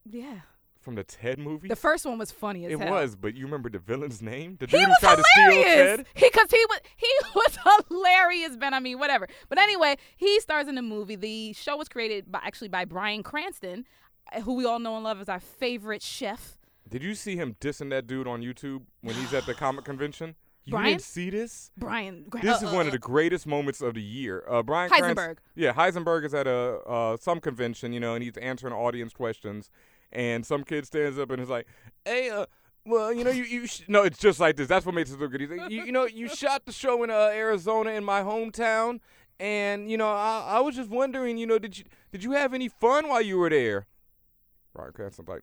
S2: Yeah.
S1: from the Ted movie?
S2: The first one was funny as
S1: it
S2: hell.
S1: was, but you remember the villain's name? The
S2: he
S1: dude who
S2: was
S1: tried to steal
S2: hilarious.
S1: Ted?
S2: He because he was he was hilarious. Ben, I mean, whatever. But anyway, he stars in the movie. The show was created by actually by Brian Cranston, uh, who we all know and love as our favorite chef.
S1: Did you see him dissing that dude on YouTube when he's at the comic convention? You
S2: Brian?
S1: didn't see this?
S2: Brian. Gra-
S1: This
S2: uh,
S1: is
S2: uh,
S1: one of
S2: uh,
S1: the greatest moments of the year. Uh, Brian Cranst-
S2: Heisenberg.
S1: yeah, Heisenberg is at a uh, some convention, you know, and he's answering audience questions, and some kid stands up and is like, "Hey, uh, well, you know, you you sh-. no, it's just like this. That's what makes it so good. He's like, you, you know, you shot the show in uh, Arizona in my hometown, and you know, I, I was just wondering, you know, did you did you have any fun while you were there?" Brian Cranston's like,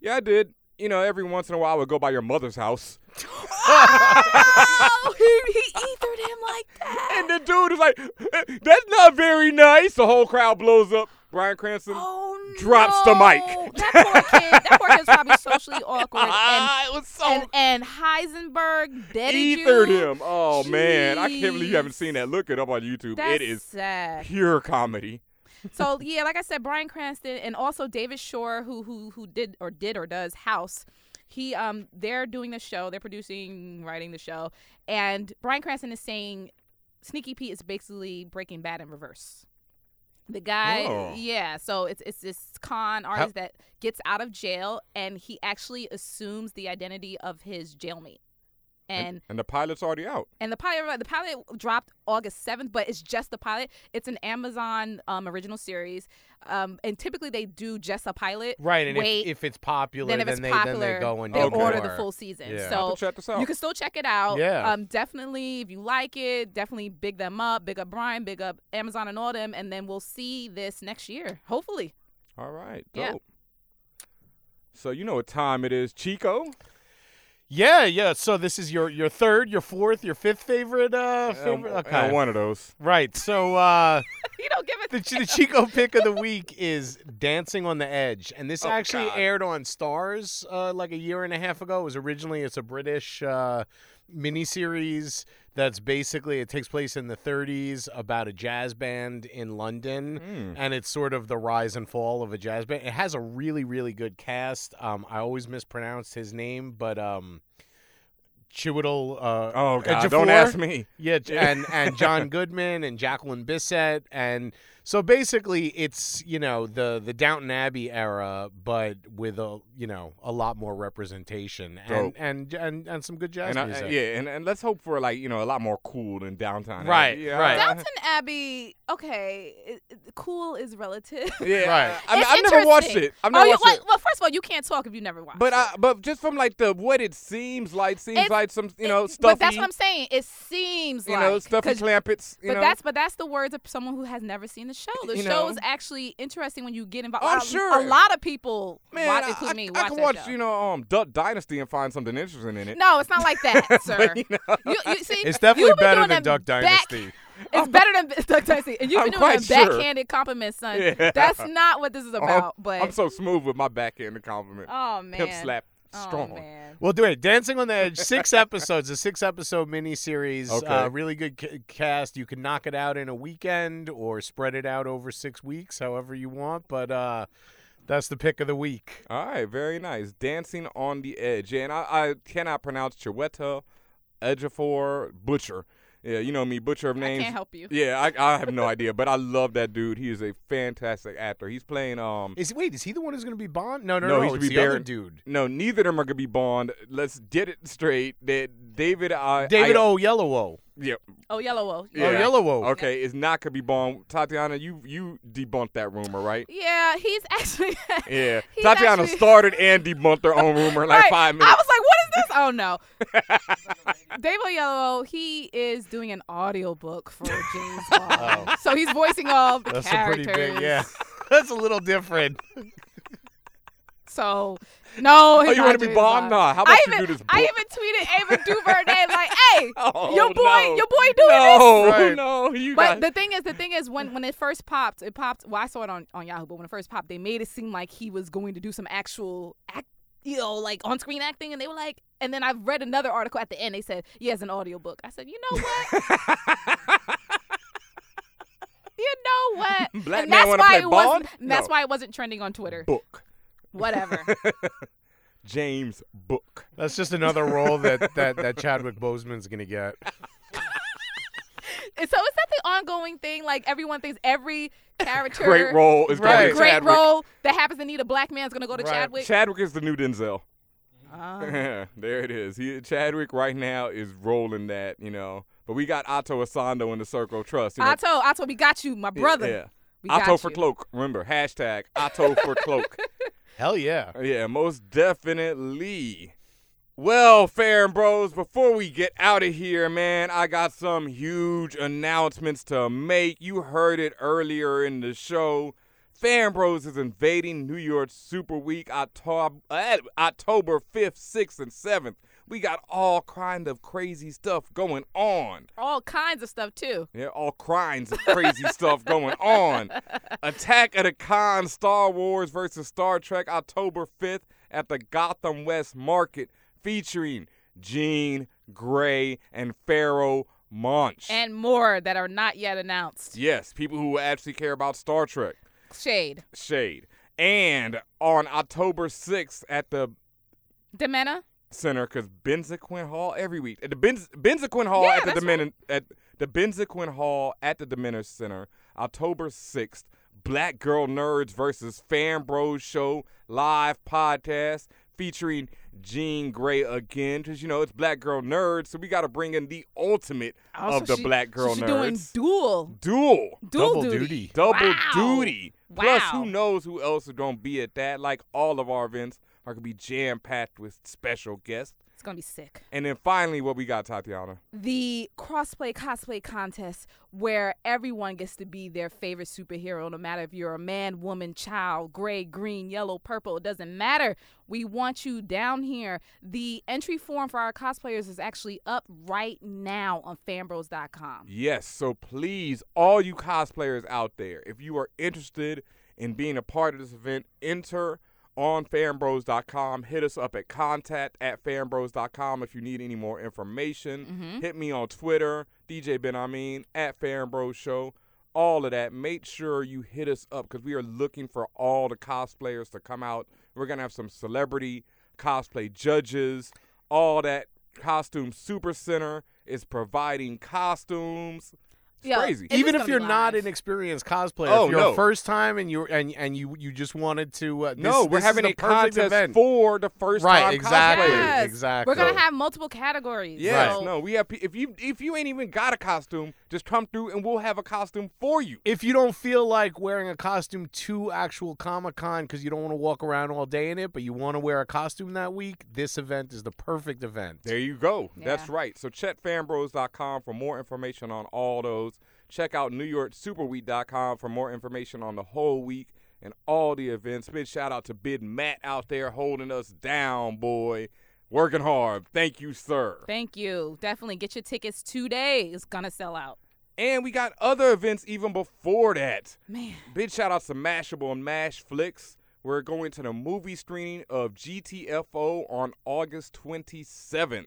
S1: "Yeah, I did." You know, every once in a while, I would go by your mother's house.
S2: Oh, he, he ethered him like that.
S1: And the dude is like, "Eh, that's not very nice. The whole crowd blows up. Brian Cranston
S2: Oh,
S1: drops the mic.
S2: That poor kid. That poor kid's probably socially awkward. And,
S1: Ah, it was so.
S2: And, and Heisenberg deaded
S1: Ethered
S2: you.
S1: him. Oh, man. I can't believe you haven't seen that. Look it up on YouTube.
S2: That's
S1: it is
S2: sad.
S1: pure comedy.
S2: So yeah, like I said, Brian Cranston and also David Shore, who who who did or did or does House. He um they're doing the show, they're producing, writing the show, and Brian Cranston is saying Sneaky Pete is basically Breaking Bad in reverse. The guy,
S12: Oh.
S2: yeah. So it's it's this con artist that gets out of jail, and he actually assumes the identity of his jailmate, and
S1: and the pilot's already out.
S2: and the pilot, the pilot dropped August seventh, but it's just the pilot. It's an Amazon um, original series, um, and typically they do just a pilot.
S3: Right, and
S2: wait,
S3: if, if it's popular,
S2: then if it's
S3: they
S2: popular,
S3: then they go and
S2: they
S3: do
S2: order
S3: more.
S2: the full season.
S3: Yeah.
S2: So you can still check it out.
S3: Yeah.
S2: Um, definitely, if you like it, definitely big them up, big up Brian, big up Amazon and all them, and then we'll see this next year, hopefully.
S1: All right. Dope.
S2: Yeah.
S1: So you know what time it is, Chico?
S3: Yeah, yeah. So this is your your third, your fourth, your fifth favorite
S1: Um,
S3: uh favorite.
S1: uh,
S3: okay.
S1: one of those.
S3: Right. So uh
S2: you don't give
S3: it the, the Chico pick of the week is Dancing on the Edge. And
S1: Oh,
S3: this actually aired on Stars uh like a year and a half ago. It was originally it's a British uh miniseries that's basically it takes place in the 30s about a jazz band in London
S13: Hmm.
S3: and it's sort of the rise and fall of a jazz band. It has a really really good cast. Um I always mispronounced his name, but um Chiwetel. Uh,
S1: Oh, God,
S3: Ejiofor.
S1: don't ask me.
S3: Yeah, J- and and John Goodman and Jacqueline Bisset, and so basically it's you know the the Downton Abbey era, but with a you know a lot more representation and
S1: Dope.
S3: and, and and some good jazz
S1: And I-
S3: music.
S1: yeah, and, and let's hope for like you know a lot more cool than downtown.
S3: Right,
S1: Yeah,
S3: right.
S1: I-
S2: Downton Abbey, okay, it- it- cool is relative.
S1: Yeah, Right. I- I mean,
S2: It's
S1: I've never watched
S2: interesting.
S1: it. I've never
S2: oh, you-
S1: watched
S2: well, Well, first of all, you can't talk if you never watched.
S1: But
S2: it.
S1: I, but just from like the what it seems like seems
S2: It's-
S1: like some you know stuffy.
S2: But that's what I'm saying. It seems
S1: You
S2: like
S1: know, stuffy
S2: 'cause-
S1: clampets, you
S2: but
S1: know?
S2: that's but that's the words of someone who has never seen the show. The
S1: You
S2: show
S1: know?
S2: is actually interesting when you get involved.
S1: Oh, I'm
S2: A lot of-
S1: sure.
S2: a lot of people,
S1: Man,
S2: watch,
S1: I-
S2: including
S1: I,
S2: me,
S1: I
S2: watch
S1: can
S2: that
S1: watch
S2: show.
S1: you know um Duck Dynasty and find something interesting in it.
S2: No, it's not like that, sir.
S1: But, you know-
S2: you, you see,
S1: It's definitely
S2: you've been
S1: better
S2: doing
S1: than
S2: them
S1: Duck
S2: back-
S1: Dynasty.
S2: it's better than Duck Dynasty, and you've
S1: I'm
S2: been doing them
S1: quite sure.
S2: backhanded compliments, son.
S1: Yeah.
S2: That's not what this is
S1: Oh,
S2: about. but
S1: I'm so smooth with my backhand compliment.
S2: Oh,
S1: hip
S2: man.
S1: slap
S2: Oh,
S1: strong.
S3: Well, do it. Dancing on the Edge, six episodes, a six episode miniseries.
S1: Okay.
S3: Uh, really good ca- cast. You can knock it out in a weekend or spread it out over six weeks, however you want. But uh, that's the pick of the week.
S1: All right, very nice. Dancing on the Edge. Yeah, and I, I cannot pronounce Chiwetel Ejiofor Butcher. Yeah, you know me, butcher of names.
S2: help you.
S1: Yeah, I, I have no idea, but I love that dude. He is a fantastic actor. He's playing um.
S3: Is wait, is he the one who's going to be Bond? No, no,
S1: no,
S3: no.
S1: he should
S3: it's
S1: be
S3: the other
S1: Baron.
S3: dude.
S1: No, neither of them are gonna be Bond. Let's get it straight. That David, I,
S3: David
S1: I,
S3: Oyelowo.
S1: Yep.
S2: oh, yellow. oh,
S1: Yeah.
S2: yeah.
S1: Okay, it's not gonna be Bond. Tatiana, you you debunked that rumor, right?
S2: Yeah, he's actually.
S1: Yeah.
S2: He's
S1: Tatiana
S2: actually-
S1: started and debunked her own rumor in like
S2: Right.
S1: five minutes.
S2: I was like, what is this? Oh no. Dave Oyelowo, he is doing an audiobook for James Bond.
S3: Oh.
S2: So he's voicing all the
S3: That's a pretty
S2: characters.
S3: big, yeah. That's a little different.
S2: So no,
S1: Oh,
S2: his
S1: you wanna
S2: IG
S1: be
S2: is
S1: bomb?
S2: live.
S1: Nah, how
S2: I
S1: about you
S2: even,
S1: do this
S2: I
S1: book?
S2: even tweeted Ava DuVernay like, "Hey,
S1: Oh,
S2: your boy,
S1: no.
S2: your boy doing
S1: No,
S2: this."
S1: Right. no, you got-
S2: But the thing is, the thing is, when when it first popped, it popped. Well, I saw it on on Yahoo, but when it first popped, they made it seem like he was going to do some actual act. You know, like on screen acting, and they were like, and then I've read another article at the end. They said he has an audiobook. I said, you know what? you know what?
S1: Black man
S2: and that's
S1: wanna
S2: why
S1: play
S2: it wasn't.
S1: Bond?
S2: That's
S1: No.
S2: why it wasn't trending on Twitter.
S1: Book.
S2: Whatever.
S1: James Book.
S3: That's just another role that that, that Chadwick Boseman's gonna get.
S2: And so is that the ongoing thing? Like everyone thinks every character,
S1: Great role is going
S2: every
S1: to
S2: great
S1: Chadwick.
S2: role that happens to need a black man is going to go to
S1: Right.
S2: Chadwick.
S1: Chadwick is the new Denzel.
S2: Ah.
S1: there it is. He, Chadwick right now is rolling that, you know. But we got Otto Asando in the circle. Trust. You know,
S2: Otto, Otto, we got you, my brother.
S1: Yeah.
S2: We got
S1: Otto for
S2: you.
S1: cloak. Remember hashtag Otto for cloak.
S3: Hell yeah.
S1: Uh, Yeah, most definitely. Well, Farron Bros, before we get out of here, man, I got some huge announcements to make. You heard it earlier in the show. Farron Bros is invading New York Super Week October, October 5th, 6th, and 7th. We got all kind of crazy stuff going on.
S2: All kinds of stuff too.
S1: Yeah, all kinds of crazy stuff going on. Attack of the Con Star Wars versus Star Trek October 5th at the Gotham West Market featuring Jean Grey and Pharaoh Monch.
S2: And more that are not yet announced.
S1: yes, people who actually care about Star Trek.
S2: Shade.
S1: Shade. And on October 6th at the
S2: Demena?
S1: Center because Benzaquin Hall every week. At the Benz, Benzaquin Hall
S2: Yeah,
S1: at the
S2: that's
S1: Domin- at the Benzaquin Hall at the Dementor Center, October sixth. Black Girl Nerds versus Fan Bros Show live podcast featuring Jean Grey again because you know it's Black Girl Nerds, so we got to bring in the ultimate
S2: Oh,
S1: of
S2: so
S1: the
S2: she-
S1: Black
S2: so
S1: Girl
S2: she's
S1: Nerds.
S2: doing dual.
S1: Dual.
S2: Dual Double duty. duty.
S1: Double
S2: Wow.
S1: duty. Plus,
S2: Wow.
S1: who knows who else is going to be at that? Like, all of our events are going to be jam packed with special guests.
S2: It's going to be sick.
S1: And then finally, what we got, Tatiana?
S2: the crossplay cosplay contest where everyone gets to be their favorite superhero no matter if you're a man woman child gray green yellow purple it doesn't matter we want you down here the entry form for our cosplayers is actually up right now on fanbros.com
S1: Yes, so please, all you cosplayers out there, if you are interested in being a part of this event, enter on fanbros.com. Hit us up at contact at fanbros.com if you need any more information.
S2: Mm-hmm.
S1: Hit me on Twitter, DJ Ben Amin, at fanbros show. All of that. Make sure you hit us up because we are looking for all the cosplayers to come out. We're going to have some celebrity cosplay judges, all that. Costume Super Center is providing costumes. It's
S2: Yeah,
S1: crazy.
S2: it-
S3: Even
S2: is
S3: if
S2: gonna
S3: you're
S2: be
S3: not
S2: live.
S3: an experienced cosplayer,
S1: Oh,
S3: if you're
S1: no.
S3: a first time and you and and you you just wanted to, uh, this,
S1: no, we're
S3: this is
S1: having
S3: the
S1: a
S3: perfect
S1: contest
S3: event.
S1: for the first
S3: Right,
S1: time
S3: exactly.
S1: cosplayers.
S2: Yes.
S3: exactly.
S2: we're gonna have multiple categories
S1: Yes,
S2: so-
S1: no, we have. pe- If you if you ain't even got a costume, just come through and we'll have a costume for you.
S3: if you don't feel like wearing a costume to actual Comic Con because you don't want to walk around all day in it, but you want to wear a costume that week, this event is the perfect event.
S1: There you go. That's
S2: Yeah.
S1: right. So check fanbros.com for more information on all those. Check out newyorksuperweek.com for more information on the whole week and all the events. Big shout out to Bid Matt out there holding us down, boy. Working hard. Thank you, sir.
S2: thank you definitely get your tickets today it's gonna sell out
S1: And we got other events even before that.
S2: man
S1: Big shout out to Mashable and Mash Flicks. We're going to the movie screening of GTFO on August 27th.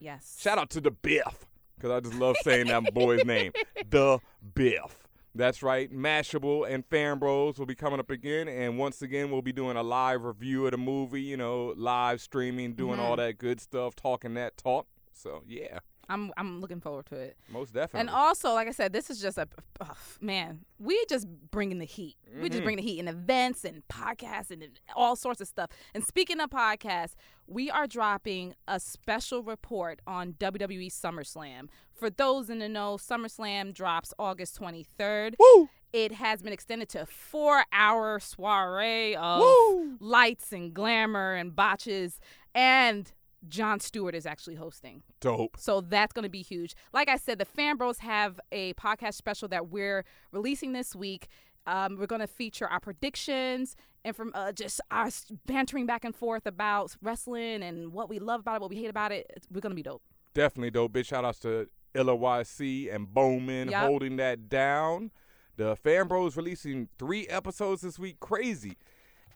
S2: yes
S1: Shout out to the Biff, because I just love saying that boy's name. The Biff. That's right. Mashable and Fan Bros will be coming up again. And once again, we'll be doing a live review of the movie, you know, live streaming, doing all that good stuff, talking that talk. So, yeah,
S2: i'm i'm looking forward to it
S1: most definitely.
S2: And also, like I said, this is just a oh, man. We just bringing the heat. We just bring the heat in events and podcasts and all sorts of stuff. And speaking of podcasts, we are dropping a special report on WWE SummerSlam. For those in the know, SummerSlam drops August twenty third. Woo! It has been extended to a four hour soiree of lights and glamour and botches. And John Stewart is actually hosting.
S1: Dope.
S2: So that's going to be huge. Like I said, the Fan Bros have a podcast special that we're releasing this week. Um, we're going to feature our predictions and from uh, just our s- bantering back and forth about wrestling and what we love about it, what we hate about it. It's- We're going to be dope.
S1: Definitely though. Big shout outs to LOYC and Bowman
S2: Yup.
S1: holding that down. The Fan Bros releasing three episodes this week. Crazy.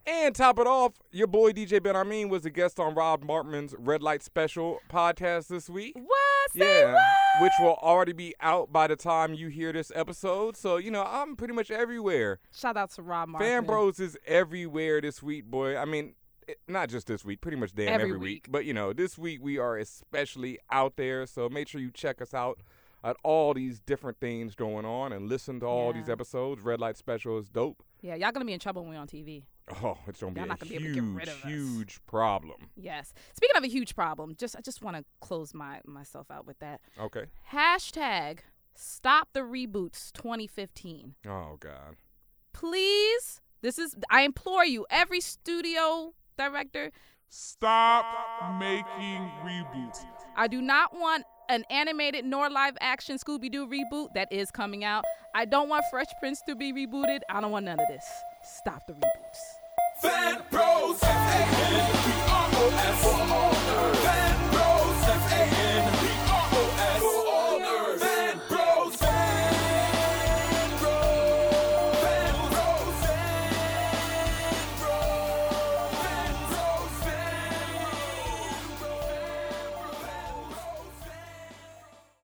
S1: And top it off, your boy DJ Ben Armin was a guest on Rob Martman's Red Light Special podcast this week.
S2: What?
S1: yeah, which will already be out by the time you hear this episode. So you know, I'm pretty much everywhere.
S2: Shout out to Rob Martin.
S1: Fan Bros is everywhere this week, boy. I mean, it, not just this week, pretty much damn every,
S2: Every
S1: week. But you know, this week we are especially out there, so make sure you check us out at all these different things going on and listen to all these
S2: Yeah.
S1: episodes. Red Light Special is dope.
S2: Yeah, y'all going to be in trouble when we're on TV.
S1: Oh, it's gonna be
S2: Y'all
S1: a
S2: not gonna be able to
S1: huge,
S2: get rid of us.
S1: huge problem.
S2: Yes. Speaking of a huge problem, just I just want to close my myself out with that.
S1: Okay.
S2: Hashtag stop the reboots 2015.
S1: Oh God.
S2: Please, this is I implore you, every studio director,
S4: Stop making reboots.
S2: I do not want an animated nor live action Scooby Doo reboot that is coming out. I don't want Fresh Prince to be rebooted. I don't want none of this. Stop the reboots.
S4: Fan Bros. F-A-N-B-R-O-S.